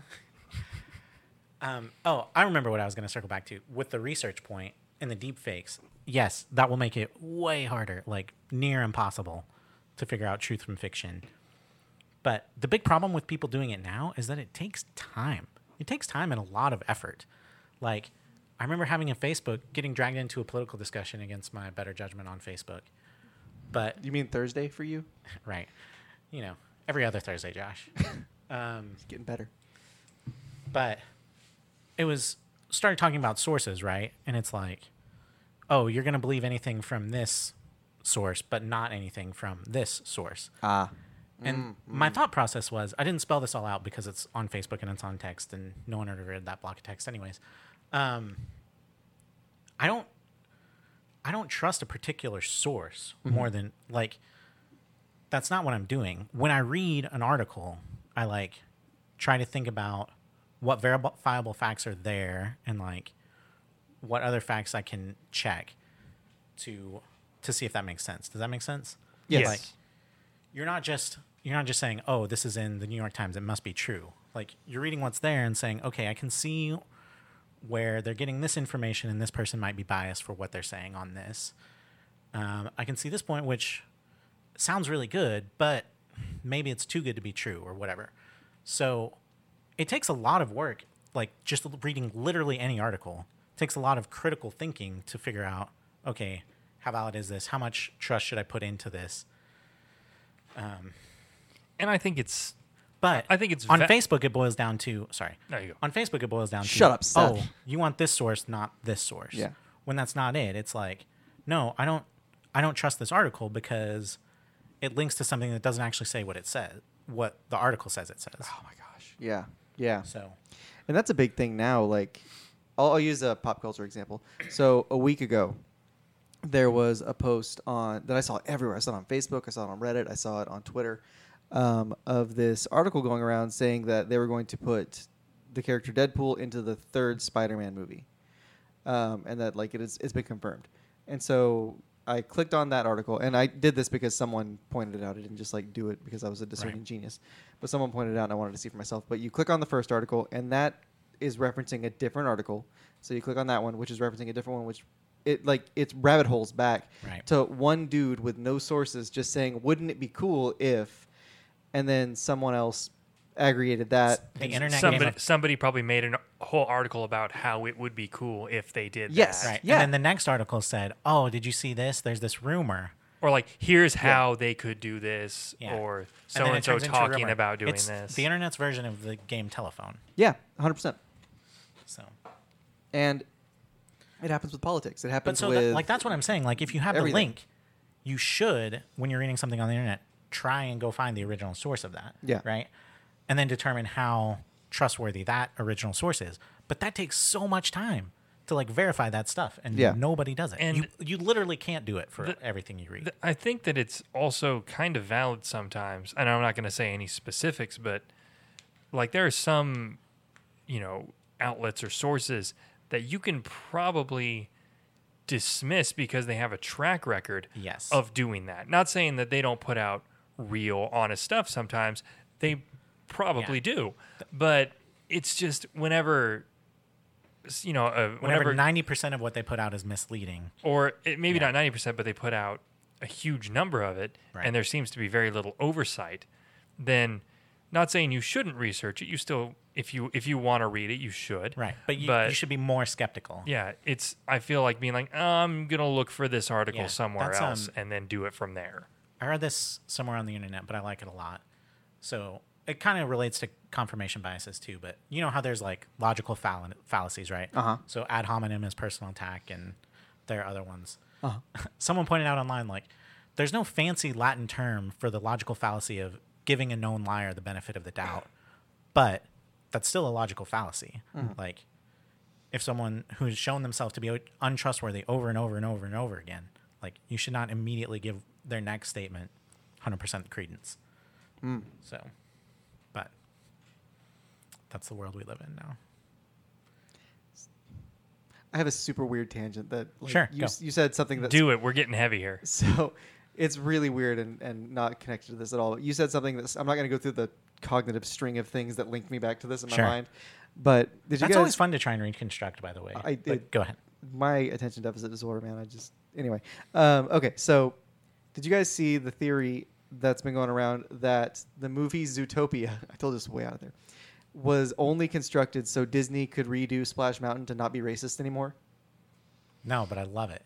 Um, oh, I remember what I was going to circle back to with the research point and the deep fakes. Yes, that will make it way harder, like near impossible to figure out truth from fiction. But the big problem with people doing it now is that it takes time. It takes time and a lot of effort. Like, I remember having a Facebook getting dragged into a political discussion against my better judgment on Facebook. But
you mean Thursday for you?
right, you know, every other Thursday, Josh. um,
It's getting better.
but it was started talking about sources, right? And it's like, oh, you're gonna believe anything from this source, but not anything from this source.
Ah,
And my thought process was, I didn't spell this all out because it's on Facebook and it's on text, and no one ever read that block of text, anyways. Um, I don't, I don't trust a particular source more than like. That's not what I'm doing. When I read an article, I like try to think about what verifiable facts are there and like what other facts I can check to to see if that makes sense. Does that make sense?
Yes.
Like, you're not just you're not just saying oh this is in the new york times it must be true like you're reading what's there and saying okay i can see where they're getting this information and this person might be biased for what they're saying on this um, i can see this point which sounds really good but maybe it's too good to be true or whatever so it takes a lot of work like just l- reading literally any article it takes a lot of critical thinking to figure out okay how valid is this how much trust should i put into this
And I think it's
But
I think it's
on
va-
Facebook. It boils down to sorry.
There you go.
On Facebook, it boils down to
Shut up, Seth.
Oh, you want this source, not this source.
Yeah.
When that's not it, it's like, no, I don't, I don't trust this article because it links to something that doesn't actually say what it says, what the article says it says.
oh my gosh. Yeah, yeah.
So
And that's a big thing now. Like, I'll, I'll use a pop culture example. So a week ago, there was a post on that I saw everywhere. I saw it on Facebook. I saw it on Reddit. I saw it on Twitter. Um, of this article going around saying that they were going to put the character Deadpool into the third Spider-Man movie, um, and that like it is it's been confirmed. And so I clicked on that article, and I did this because someone pointed it out. I didn't just like do it because I was a discerning
Right.
genius, but someone pointed it out, and I wanted to see for myself. But you click on the first article, and that is referencing a different article. So you click on that one, which is referencing a different one, which it like it's rabbit holes back
Right.
to one dude with no sources just saying, "Wouldn't it be cool if?" And then someone else aggregated that.
the internet
somebody
gave up-
somebody probably made a whole article about how it would be cool if they did
Yes.
that.
right.
yeah.
And then the next article said, oh, did you see this? There's this rumor.
Or like here's how they could do this
Yeah.
or
And
so
then
and,
it
so
turns into a
talking
rumor.
about doing
It's
this.
The internet's version of the game telephone.
Yeah, hundred percent.
So.
And it happens with politics. It
But
happens
so,
with
that- like, that's what I'm saying. Like, if you have
everything.
the link, you should, when you're reading something on the internet, try and go find the original source of that.
Yeah.
Right. And then determine how trustworthy that original source is. But that takes so much time to like verify that stuff, and
Yeah.
nobody does it.
And
you you literally can't do it for
the-
everything you read.
Th- I think that it's also kind of valid sometimes, and I'm not going to say any specifics, but like there are some, you know, outlets or sources that you can probably dismiss because they have a track record
Yes.
of doing that. Not saying that they don't put out real, honest stuff sometimes, they probably do, but it's just whenever, s- you know, uh,
Whenever
whenever
ninety percent of what they put out is misleading,
or it, maybe not ninety percent, but they put out a huge number of it,
Right.
and there seems to be very little oversight. Then, not saying you shouldn't research it. You still, if you if you want to read it, you should.
right? But you, you should be more skeptical.
Yeah, it's. I feel like being like, I'm gonna look for this article
Yeah,
somewhere
that's,
else,
um,
and then do it from there.
I read this somewhere on the internet, but I like it a lot. So it kind of relates to confirmation biases too. But you know how there's like logical fall- fallacies, right?
Uh-huh.
So ad hominem is personal attack, and there are other ones.
Uh-huh.
Someone pointed out online, like, there's no fancy Latin term for the logical fallacy of giving a known liar the benefit of the doubt, but that's still a logical fallacy.
Mm-hmm.
Like, if someone who's shown themselves to be untrustworthy over and over and over and over again, like, you should not immediately give their next statement 100% credence.
Hmm.
So, but that's the world we live in now.
I have a super weird tangent that like,
Sure,
you,
go.
s- you said something that
Do it. We're getting heavy here.
so it's really weird and, and not connected to this at all. You said something that's I'm not going to go through the cognitive string of things that linked me back to this in my
Sure.
mind. But did you
That's
guys
always fun to try and reconstruct, by the way.
I-
But
it-
go ahead.
my attention deficit disorder, man. I just anyway. Um, okay, so did you guys see the theory that's been going around that the movie Zootopia? I told this way out of there was only constructed so Disney could redo Splash Mountain to not be racist anymore
No, but I love it.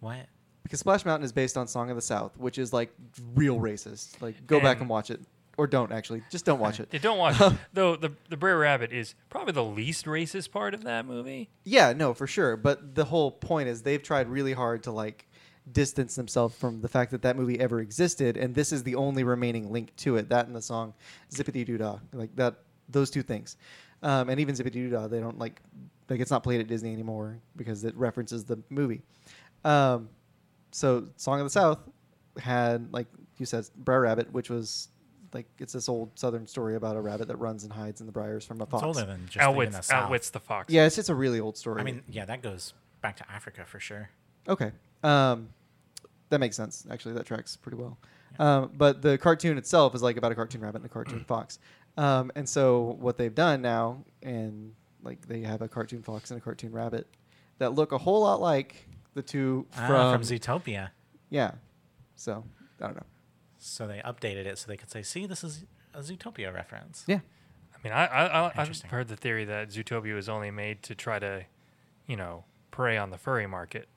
What?
because Splash Mountain is based on Song of the South, which is like real racist. Like go back
And-
and watch it or don't actually. Just don't watch it. Um,
Yeah, don't watch it. Though the the Brer Rabbit is probably the least racist part of that movie.
Yeah, no, for sure. But the whole point is they've tried really hard to like distance themselves from the fact that that movie ever existed, and this is the only remaining link to it. That and the song "Zippity Doo Dah," like that, those two things, um, and even "Zippity Doo Dah," they don't like like it's not played at Disney anymore because it references the movie. Um, so "Song of the South" had like you said, "Brer Rabbit," which was like it's this old Southern story about a rabbit that runs and hides in the briars from a fox.
It's older than just even the
outwits
South.
outwits the fox.
Yeah, it's just a really old story.
I mean, yeah, that goes back to Africa for sure.
Okay. Um, that makes sense. Actually, that tracks pretty well. Um, but the cartoon itself is like about a cartoon rabbit and a cartoon fox. Um, and so what they've done now, and like they have a cartoon fox and a cartoon rabbit that look a whole lot like the two
Ah,
from,
from Zootopia.
yeah. So I don't know.
So they updated it so they could say, see, this is a Zootopia reference.
Yeah.
I mean, I, I, I I've
Interesting.
heard the theory that Zootopia was only made to try to, you know, prey on the furry market.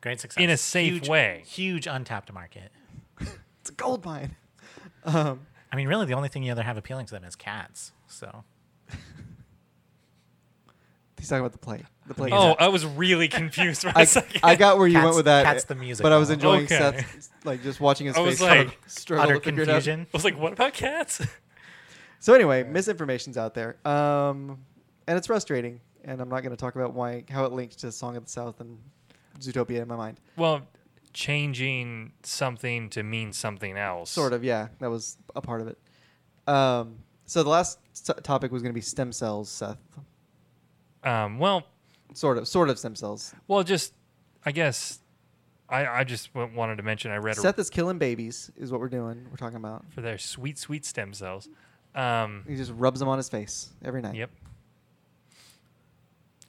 Great success.
In a safe
Huge-
way.
Huge untapped market.
It's a gold mine. Um,
I mean, really, the only thing you ever have appealing to them is cats. So
he's talking about the play. The play.
Oh, I was really confused for a
I,
second.
I got where you
Cats-
went with that.
Cats the musical.
But I was enjoying
Okay.
Seth's, like just watching his
I
face
was
kind of
like,
struggle
utter
to figure it out.
confusion.
I was like, what about cats?
So anyway, misinformation's out there, um, and it's frustrating. And I'm not going to talk about why how it linked to "Song of the South" and Zootopia in my mind.
well, changing something to mean something else.
Sort of, yeah, that was a part of it. Um, so the last s- topic was going to be stem cells, Seth.
Um, well,
Sort of, sort of stem cells.
well, just I guess I I just w- wanted to mention I read a,
Seth is killing babies, is what we're doing. We're talking about.
for their sweet sweet stem cells. Um,
He just rubs them on his face every night.
yep.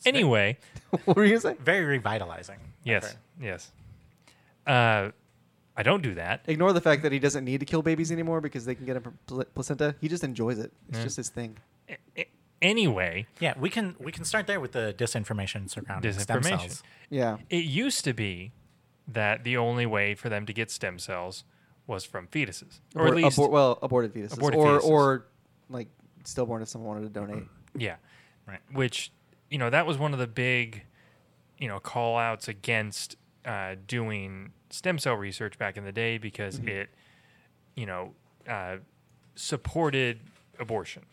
Anyway,
what were you going to say?
very revitalizing.
yes,
effort.
yes. Uh, I don't do that.
Ignore the fact that he doesn't need to kill babies anymore because they can get a pl- placenta. He just enjoys it. It's
Yeah.
just his thing.
A- a- anyway,
Yeah, we can we can start there with the disinformation surrounding stem
disinformation.
cells.
Yeah.
It used to be that the only way for them to get stem cells was from fetuses, or at
Abort-
least
abort- well aborted fetuses
Aborted
or
fetuses. Mm.
or like stillborn if someone wanted to donate.
yeah,
Right.
Which you know that was one of the big you know call outs against uh, doing stem cell research back in the day because
Mm-hmm.
it you know uh, supported abortion,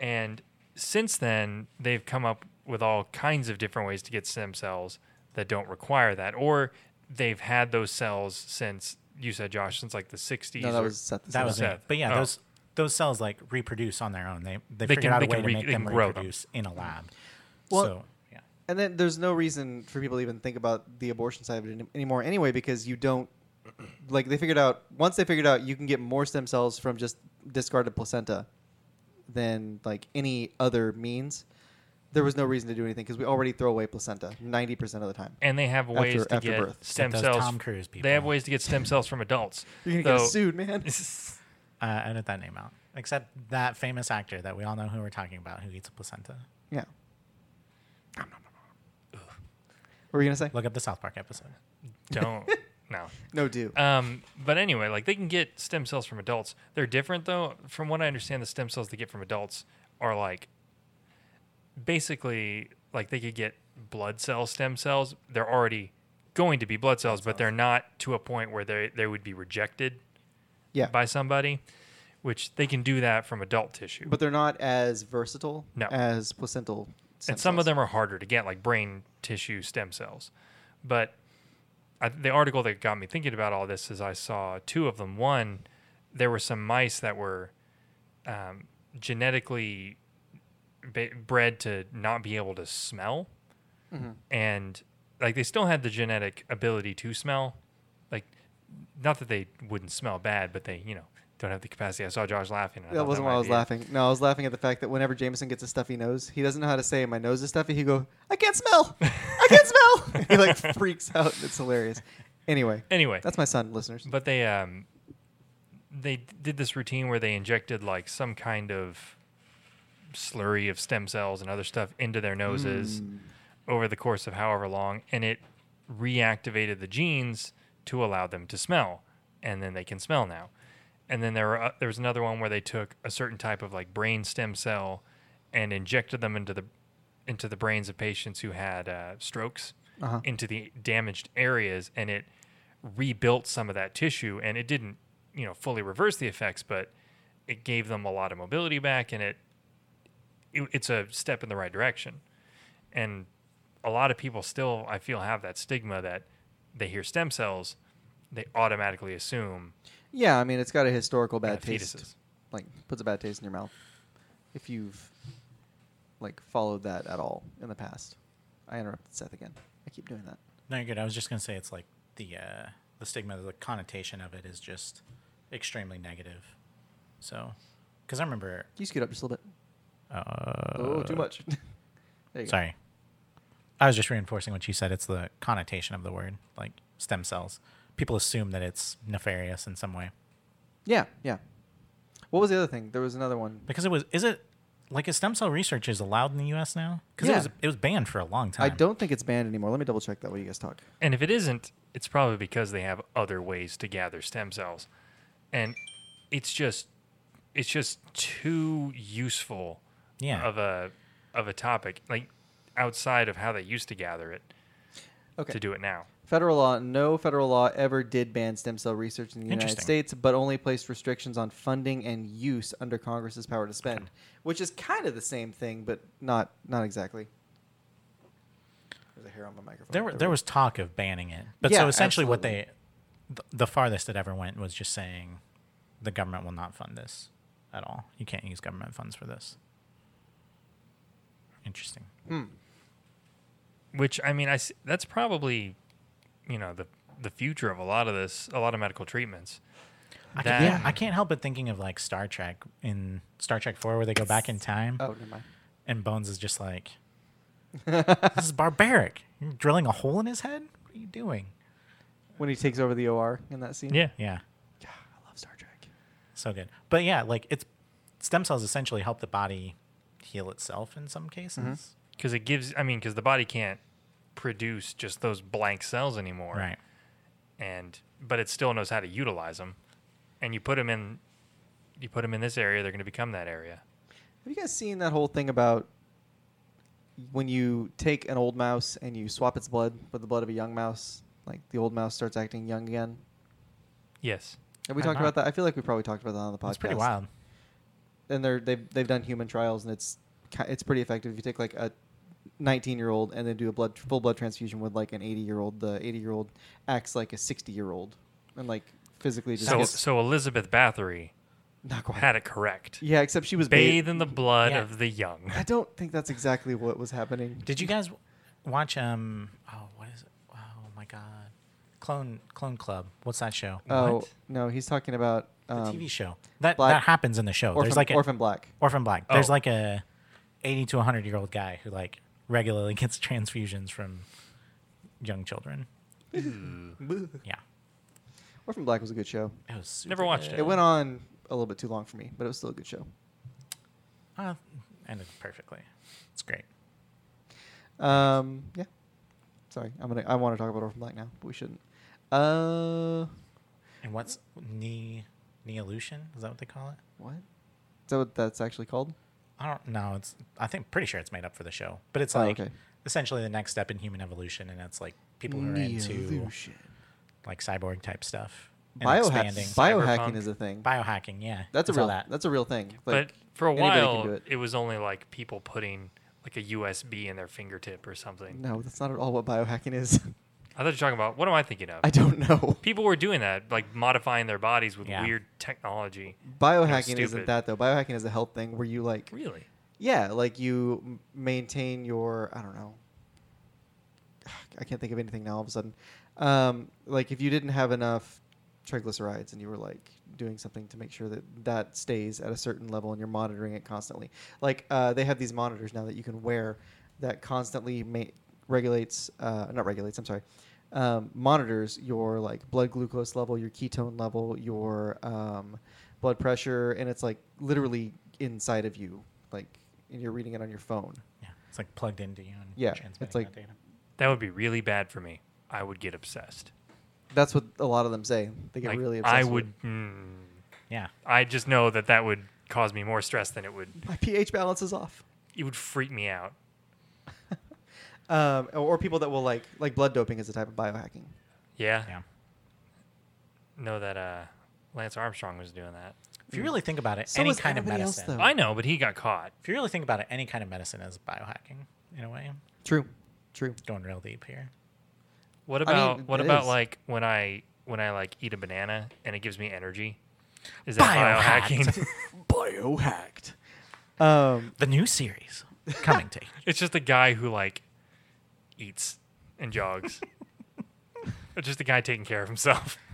and since then they've come up with all kinds of different ways to get stem cells that don't require that, or they've had those cells since you said Josh since like the 60s.
No, that
or-
was Seth.
That was
Seth.
it. But yeah,
Oh.
those those cells like reproduce on their own. They they,
They
figured
can-
out
they
a way
can
to
re-
make
they
them
can grow them.
reproduce in a lab.
Well-
so yeah,
And then there's no reason for people to even think about the abortion side of it any- anymore anyway because you don't like they figured out once they figured out you can get more stem cells from just discarded placenta than like any other means. There was no reason to do anything because we already throw away placenta 90% of the time.
and they have ways
After-
to
after
get
birth.
stem
Except those
cells.
Tom Cruise people.
They have ways to get stem cells from adults.
You're going to
Though-
get sued, man.
uh, edit that name out. Except that famous actor that we all know who we're talking about who eats a placenta.
yeah. What were you going to say?
Look up the South Park episode.
Don't no.
No, do.
Um, but anyway, like they can get stem cells from adults. They're different though. From what I understand, the stem cells they get from adults are like basically like they could get blood cell stem cells. They're already going to be blood cells, but they're not to a point where they they would be rejected
Yeah.
by somebody, which they can do that from adult tissue.
But they're not as versatile
No.
as placental. stem
and some of
cells.
them are harder to get, like brain tissue stem cells. But I, the article that got me thinking about all this is I saw two of them. One, there were some mice that were um, genetically ba- bred to not be able to smell,
Mm-hmm.
and like they still had the genetic ability to smell. Like, not that they wouldn't smell bad, but they, you know, don't have the capacity. I saw Josh laughing. and I
That
thought
wasn't why
might
I was
be it.
laughing. No, I was laughing at the fact that whenever Jameson gets a stuffy nose, he doesn't know how to say my nose is stuffy. He go, I can't smell. I can't smell. he like freaks out. It's hilarious. Anyway,
Anyway,
that's my son, listeners.
But they um they did this routine where they injected like some kind of slurry of stem cells and other stuff into their noses over the course of however long and it reactivated the genes to allow them to smell and then they can smell now. And then there were, uh, there was another one where they took a certain type of like brain stem cell and injected them into the into the brains of patients who had uh, strokes
Uh-huh.
into the damaged areas and it rebuilt some of that tissue and it didn't you know fully reverse the effects but it gave them a lot of mobility back and it, it it's a step in the right direction and a lot of people still i feel have that stigma that they hear stem cells they automatically assume
Yeah, I mean it's got a historical bad
kinda
taste.
fetuses.
Like puts a bad taste in your mouth if you've like followed that at all in the past. I interrupted Seth again. I keep doing that.
No, you're good. I was just gonna say it's like the uh, the stigma, the connotation of it is just extremely negative. So, because I remember,
Can you scoot up just a little bit?
uh,
oh, too much. there you
Sorry, I was just reinforcing what you said. It's the connotation of the word, like stem cells. People assume that it's nefarious in some way
go. Yeah, yeah. What was the other thing? There was another one.
because it was. Is it like is stem cell research is allowed in the U.S. now? Because
Yeah.
it was it was banned for a long time.
I don't think it's banned anymore. Let me double check that while you guys talk.
and if it isn't it's probably because they have other ways to gather stem cells and it's just it's just too useful
Yeah.
of a of a topic like outside of how they used to gather it
Okay.
to do it now
Federal law. No federal law ever did ban stem cell research in the United
Interesting.
States, but only placed restrictions on funding and use under Congress's power to spend, which is kind of the same thing, but not not exactly. There's a hair on my microphone.
There, were, there was talk of banning it, but
Yeah,
so essentially, what
absolutely.
they, th- the farthest it ever went was just saying, the government will not fund this at all. You can't use government funds for this. Interesting.
which i mean i s- that's probably you know the the future of a lot of this a lot of medical treatments
I
That-
can't, yeah, I can't help but thinking of like Star Trek in Star Trek Four, where they go back in time,
Oh, never mind.
and Bones is just like, "This is barbaric. You're drilling a hole in his head. What are you doing?"
When he takes over the OR in that scene.
yeah
Yeah.
God, I love Star Trek.
So good. But yeah, like it's stem cells essentially help the body heal itself in some cases.
Mm-hmm.
because it gives i mean because the body can't produce just those blank cells anymore
Right.
and but it still knows how to utilize them and you put them in you put them in this area they're going to become that area
Have you guys seen that whole thing about when you take an old mouse and you swap its blood with the blood of a young mouse, like the old mouse starts acting young again?
yes
Have we
I'm
talked
not-
about that? I feel like we probably talked about that on the podcast.
It's pretty wild.
And they're they've they've done human trials and it's ki- it's pretty effective. If you take like a 19 year old and then do a blood full blood transfusion with like an 80 year old, the 80 year old acts like a 60 year old and like physically just
so
gets-
so elizabeth bathory
not quite.
had it correct
Yeah, except she was
bathe
bathed.
in the blood
Yeah.
of the young
I don't think that's exactly what was happening.
Did you guys watch um oh what is it? Oh my god. Clone Clone Club. What's that show?
Oh
What?
no, he's talking about
the
um,
TV show. That
Black-
that happens in the show.
Orphan,
There's like a,
Orphan Black.
Orphan Black. There's
Oh.
like a 80 to 100 year old guy who like regularly gets transfusions from young children. Yeah.
Orphan Black was a good show.
It was super
Never watched
good.
it.
It went on a little bit too long for me, but it was still a good show.
Uh, ended perfectly. It's great.
Um, yeah. Sorry, I'm gonna. I want to talk about Orphan Black now, but we shouldn't. Uh,
And what's ne neolution? Is that what they call it?
what? Is that what that's actually called?
I don't know. It's I think pretty sure it's made up for the show, but it's
Oh,
like
okay.
essentially the next step in human evolution, and it's like people who are
Hmm.
into like cyborg type stuff, and
Biohack-
Cyberpunk.
biohacking is a thing.
Biohacking, yeah,
that's a
it's all
real
that.
that's a real thing.
but
Like,
for a
anybody can
while,
do
it.
it.
was only like people putting like a USB in their fingertip or something.
no, that's not at all what biohacking is.
I thought you were talking about what am I thinking of?
I don't know.
people were doing that, like modifying their bodies with
Yeah.
weird technology.
Biohacking
stupid.
isn't that though. Biohacking is a health thing where you like
Really?
yeah, like you m- maintain your I don't know. I can't think of anything now all of a sudden. Um, like if you didn't have enough triglycerides and you were like doing something to make sure that that stays at a certain level and you're monitoring it constantly. Like uh, they have these monitors now that you can wear that constantly ma- regulates uh, not regulates, I'm sorry. Um, monitors your like blood glucose level, your ketone level, your um, blood pressure, and it's like literally inside of you, like and you're reading it on your phone.
Yeah, it's like plugged into you and
Yeah,
transmitting
it's like-
that data.
That would be really bad for me. I would get obsessed.
That's what a lot of them say. They get
Like,
really obsessed.
I
with
would.
it.
Mm,
Yeah,
I just know that that would cause me more stress than it would.
My pH balance is off.
It would freak me out.
Um, or, or people that will like like blood doping is a type of biohacking.
Yeah.
yeah.
Know that uh, Lance Armstrong was doing that.
If you really think about it,
Mm. So
any
is
kind of
everybody else,
medicine.
though.
I know, but he got caught.
If you really think about it, any kind of medicine is biohacking in a way.
True, true.
Going real deep here.
What
I mean,
about what
it
about
is.
like when I when I like eat a banana and it gives me energy? Is that
Biohacked.
biohacking?
Biohacked. Um,
The new series coming to
it's just a guy who like eats and jogs. it's just a guy taking care of himself.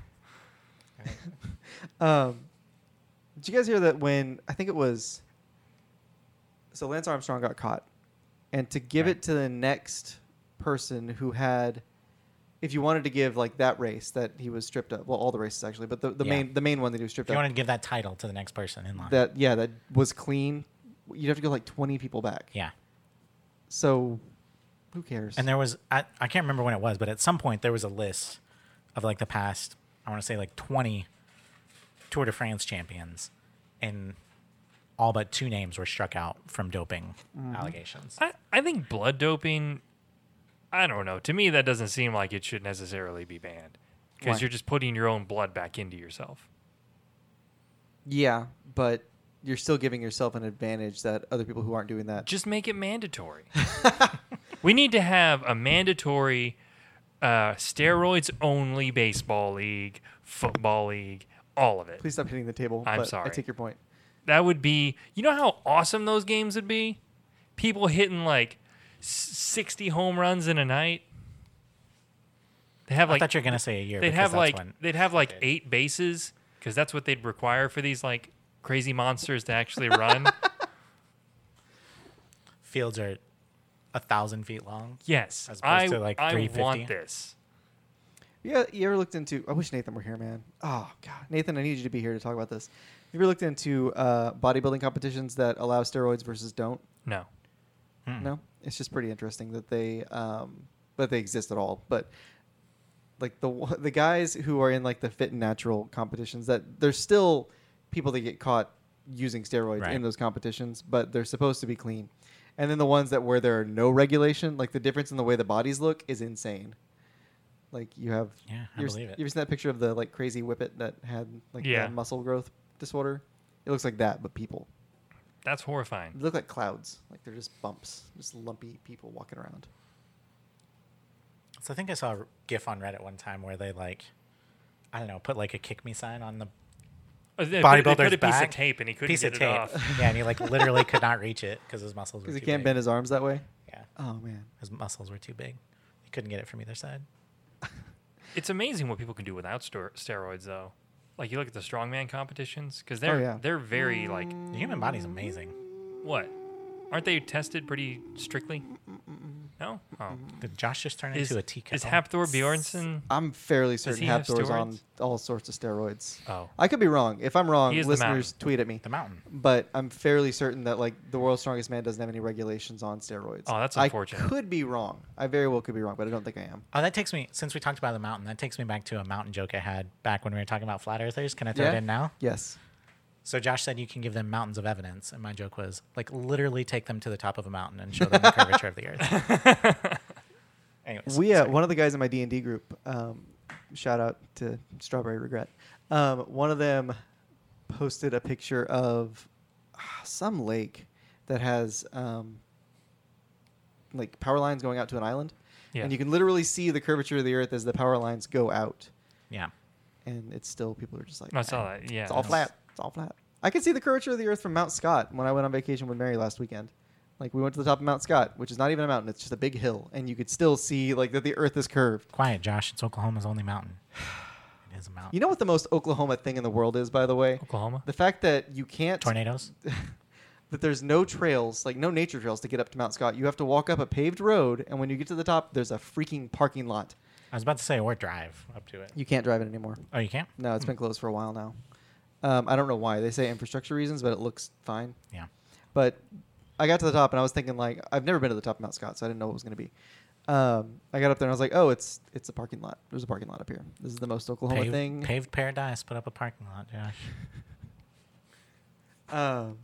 Um, did you guys hear that when I think it was so Lance Armstrong got caught, and to give
Right.
it to the next person who had, if you wanted to give like that race that he was stripped of, well, all the races actually, but the, the
Yeah.
main the main one that he was
If
stripped
you
of,
wanted to give that title to the next person in line.
that yeah that was clean, you'd have to go like twenty people back.
yeah.
So, who cares?
And there was, I, I can't remember when it was, but at some point there was a list of like the past, I want to say like 20 Tour de France champions. And all but two names were struck out from doping
Mm-hmm.
allegations.
I, I think blood doping. I don't know. To me, that doesn't seem like it should necessarily be banned
Why?
because you're just putting your own blood back into yourself.
yeah, but you're still giving yourself an advantage that other people who aren't doing that.
Just make it mandatory. we need to have a mandatory uh, steroids only baseball league, football league, all of it.
Please stop hitting the table.
I'm
but I
sorry.
take your point.
That would be, you know how awesome those games would be? People hitting like s- 60 home runs in a night. They have
I
like
thought you were going to say a year.
they'd
because
have
that's
like
when-
they'd have like eight bases because that's what they'd require for these like crazy monsters to actually run.
fields are a thousand feet long.
yes,
As opposed
I
to, like,
I
350.
want this.
Yeah, you ever looked into? I wish Nathan were here, man. Oh God, Nathan, I need you to be here to talk about this. You ever looked into uh, bodybuilding competitions that allow steroids versus don't?
No,
Hmm.
No, it's just pretty interesting that they um, that they exist at all. But like the wa- the guys who are in like the fit and natural competitions, that there's still people that get caught using steroids
Right.
in those competitions, but they're supposed to be clean. And then the ones that where there are no regulation, like the difference in the way the bodies look is insane. Like you have,
Yeah, I
you're,
believe it.
You ever seen that picture of the like crazy whippet that had like
Yeah.
the muscle growth disorder? It looks like that, but people.
that's
They
horrifying.
look like clouds. Like they're just bumps, just lumpy people walking around.
So I think I saw a GIF on Reddit one time where they like, I don't know, put like a kick me sign on the
Uh, they put- they
bodybuilder's
put a piece
back,
of tape and he couldn't
piece
get
of
it
tape.
off.
Yeah, and he like literally could not reach it because his muscles were
Because
too
he can't
big.
bend his arms that way.
Yeah,
Oh man.
his muscles were too big. He couldn't get it from either side.
It's amazing what people can do without stor- steroids, though. Like you look at the strongman competitions because
Oh,
they're
yeah.
they're very like
The human body's
Mm.
amazing.
what? Aren't they tested pretty strictly? No. Oh.
Did Josh just turn
Is,
into a teacup?
is Hapthor Bjornsson?
I'm fairly
he
certain
have
Haptor's on
steroids?
all sorts of steroids.
Oh.
I could be wrong. If I'm wrong,
He is the
listeners tweet at me.
the mountain?
But I'm fairly certain that like the world's strongest man doesn't have any regulations on steroids.
Oh, that's
I
unfortunate.
could be wrong. I very well could be wrong, but I don't think I am.
Oh, that takes me. Since we talked about the mountain, that takes me back to a mountain joke I had back when we were talking about flat earthers. Can I throw it in now?
Yes.
So Josh said you can give them mountains of evidence, and my joke was like literally take them to the top of a mountain and show them the curvature of the earth. Anyways,
we uh,
sorry.
one of the guys in my D and D group. Um, shout out to Strawberry Regret. Um, one of them posted a picture of ah, some lake that has um, like power lines going out to an island,
Yeah.
and you can literally see the curvature of the earth as the power lines go out,
yeah,
and it's still people are just like,
I saw
"Eh,
that. Yeah,
it's all
that was-
flat. It's all flat. I could see the curvature of the earth from Mount Scott when I went on vacation with Mary last weekend. Like we went to the top of Mount Scott, which is not even a mountain; it's just a big hill, and you could still see like that the earth is curved.
quiet, Josh. It's Oklahoma's only mountain. It is a mountain.
You know what the most Oklahoma thing in the world is, by the way?
Oklahoma.
The fact that you can't
tornadoes.
that there's no trails, like no nature trails to get up to Mount Scott. You have to walk up a paved road, and when you get to the top, there's a freaking parking lot.
I was about to say or drive up to it.
You can't drive it anymore.
Oh, you can't.
No, it's been closed for a while now. Um, I don't know why. They say infrastructure reasons, but it looks fine.
Yeah.
But I got to the top and I was thinking like I've never been to the top of Mount Scott, so I didn't know what it was going to be. Um, I got up there and I was like, oh, it's it's a parking lot. There's a parking lot up here. This is the most Oklahoma
Paved,
thing.
paved paradise. Put up a parking lot, Josh.
Um,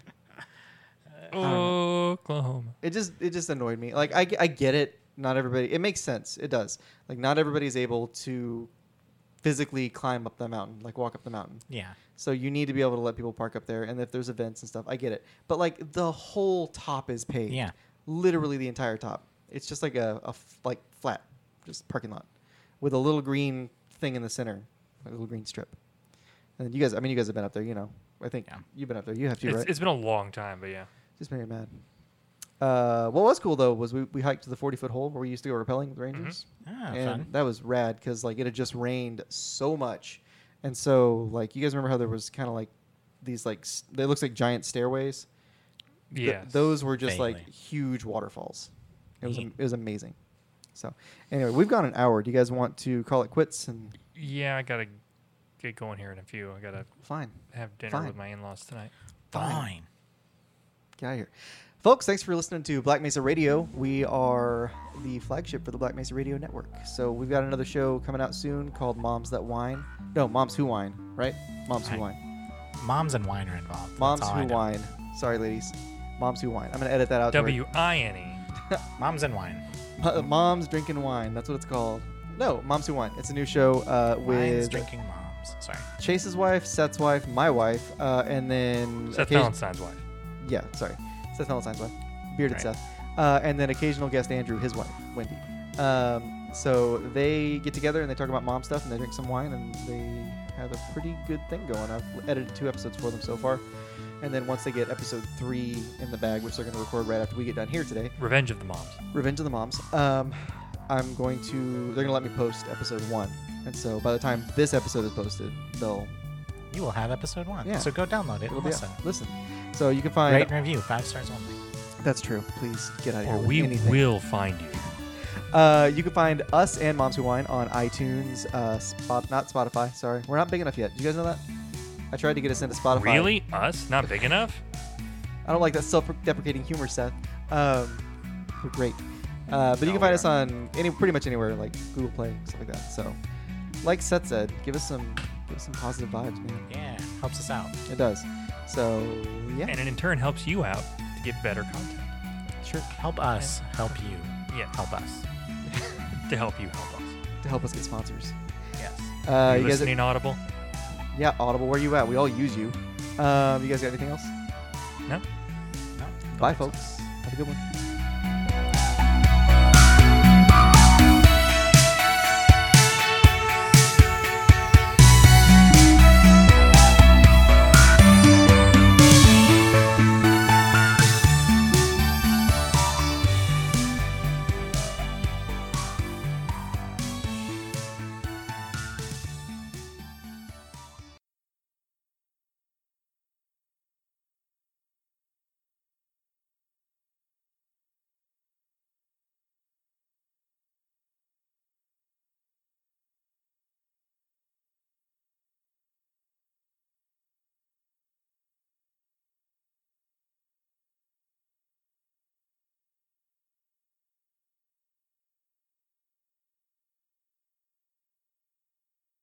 Uh, Oklahoma.
it just it just annoyed me. Like I, g- I get it. Not everybody. It makes sense. It does. Like not everybody's able to physically climb up the mountain, like walk up the mountain.
Yeah.
So you need to be able to let people park up there, and if there's events and stuff, I get it. But like the whole top is paved.
Yeah.
Literally the entire top. It's just like a, a f- like flat, just parking lot, with a little green thing in the center, like a little green strip. And you guys, I mean, you guys have been up there, you know. I think
Yeah.
you've been up there. You have to,
It's,
right?
it's been a long time, but yeah.
Just very mad. Uh, what was cool though was we, we hiked to the 40 foot hole where we used to go rappelling with rangers
Ah,
and
fun.
that was rad because like it had just rained so much and so like you guys remember how there was kind of like these like s- they looks like giant stairways Th-
Yeah.
those were just like
Vaguely.
huge waterfalls it was am-
Neat.
it was amazing so anyway we've gone an hour do you guys want to call it quits and
Yeah, I gotta get going here in a few. I gotta
fine
have dinner
Fine.
with my in-laws tonight.
Fine.
Get out of here. Folks, thanks for listening to Black Mesa Radio. We are the flagship for the Black Mesa Radio Network. So we've got another show coming out soon called Moms That Wine. No, Moms Who Wine, right? Moms Who
Right.
Wine.
Moms and wine are involved. That's
Moms
all I
Who
know.
Wine. Sorry, ladies. Moms Who Wine. I'm going to edit that out. to where-
W I N E.
Moms and wine.
Uh, moms Drinking Wine. That's what it's called. No, Moms Who Wine. It's a new show uh,
Wine's
with
drinking moms. Sorry.
Chase's wife, Seth's wife, my wife, uh, and then
Seth
occasion-
Valentine's wife.
Yeah, sorry. Seth Valentine's wife. Bearded
Right.
Seth. Uh, and then occasional guest Andrew, his wife, Wendy. Um, so they get together and they talk about mom stuff and they drink some wine and they have a pretty good thing going. I've edited two episodes for them so far. And then once they get episode three in the bag, which they're going to record right after we get done here today,
Revenge of the Moms.
Revenge of the Moms, um, I'm going to, they're going to let me post episode one. And so by the time this episode is posted, they'll,
You will have episode one.
Yeah.
So go download it
it'll
and
be out.
listen.
Listen. So you can find,
Rate and review. Five stars only.
that's true. Please get out of
Or
here. with
we
anything.
will find you.
Uh, you can find us and Moms Who Wine on iTunes, uh, Spot, not Spotify. Sorry, we're not big enough yet. Do you guys know that? I tried to get us into Spotify.
Really? Us? Not big enough?
I don't like that self-deprecating humor, Seth. Um, we're great, uh, but you
No,
Oh,
can find
we
us on any pretty much anywhere, like Google Play, stuff like that. So, like Seth said, give us some give us some positive vibes, man.
Yeah. Helps us out.
It does. So yeah,
And it in turn helps you out to get better content.
sure.
Help us. Help you.
Yeah.
Help us.
To help you help us.
To help us get sponsors.
Yes.
Uh,
you
you guys,
listening Audible?
yeah, Audible, where you at? We all use you. Um, you guys got anything else?
No?
No?
Bye, folks. Have a good one.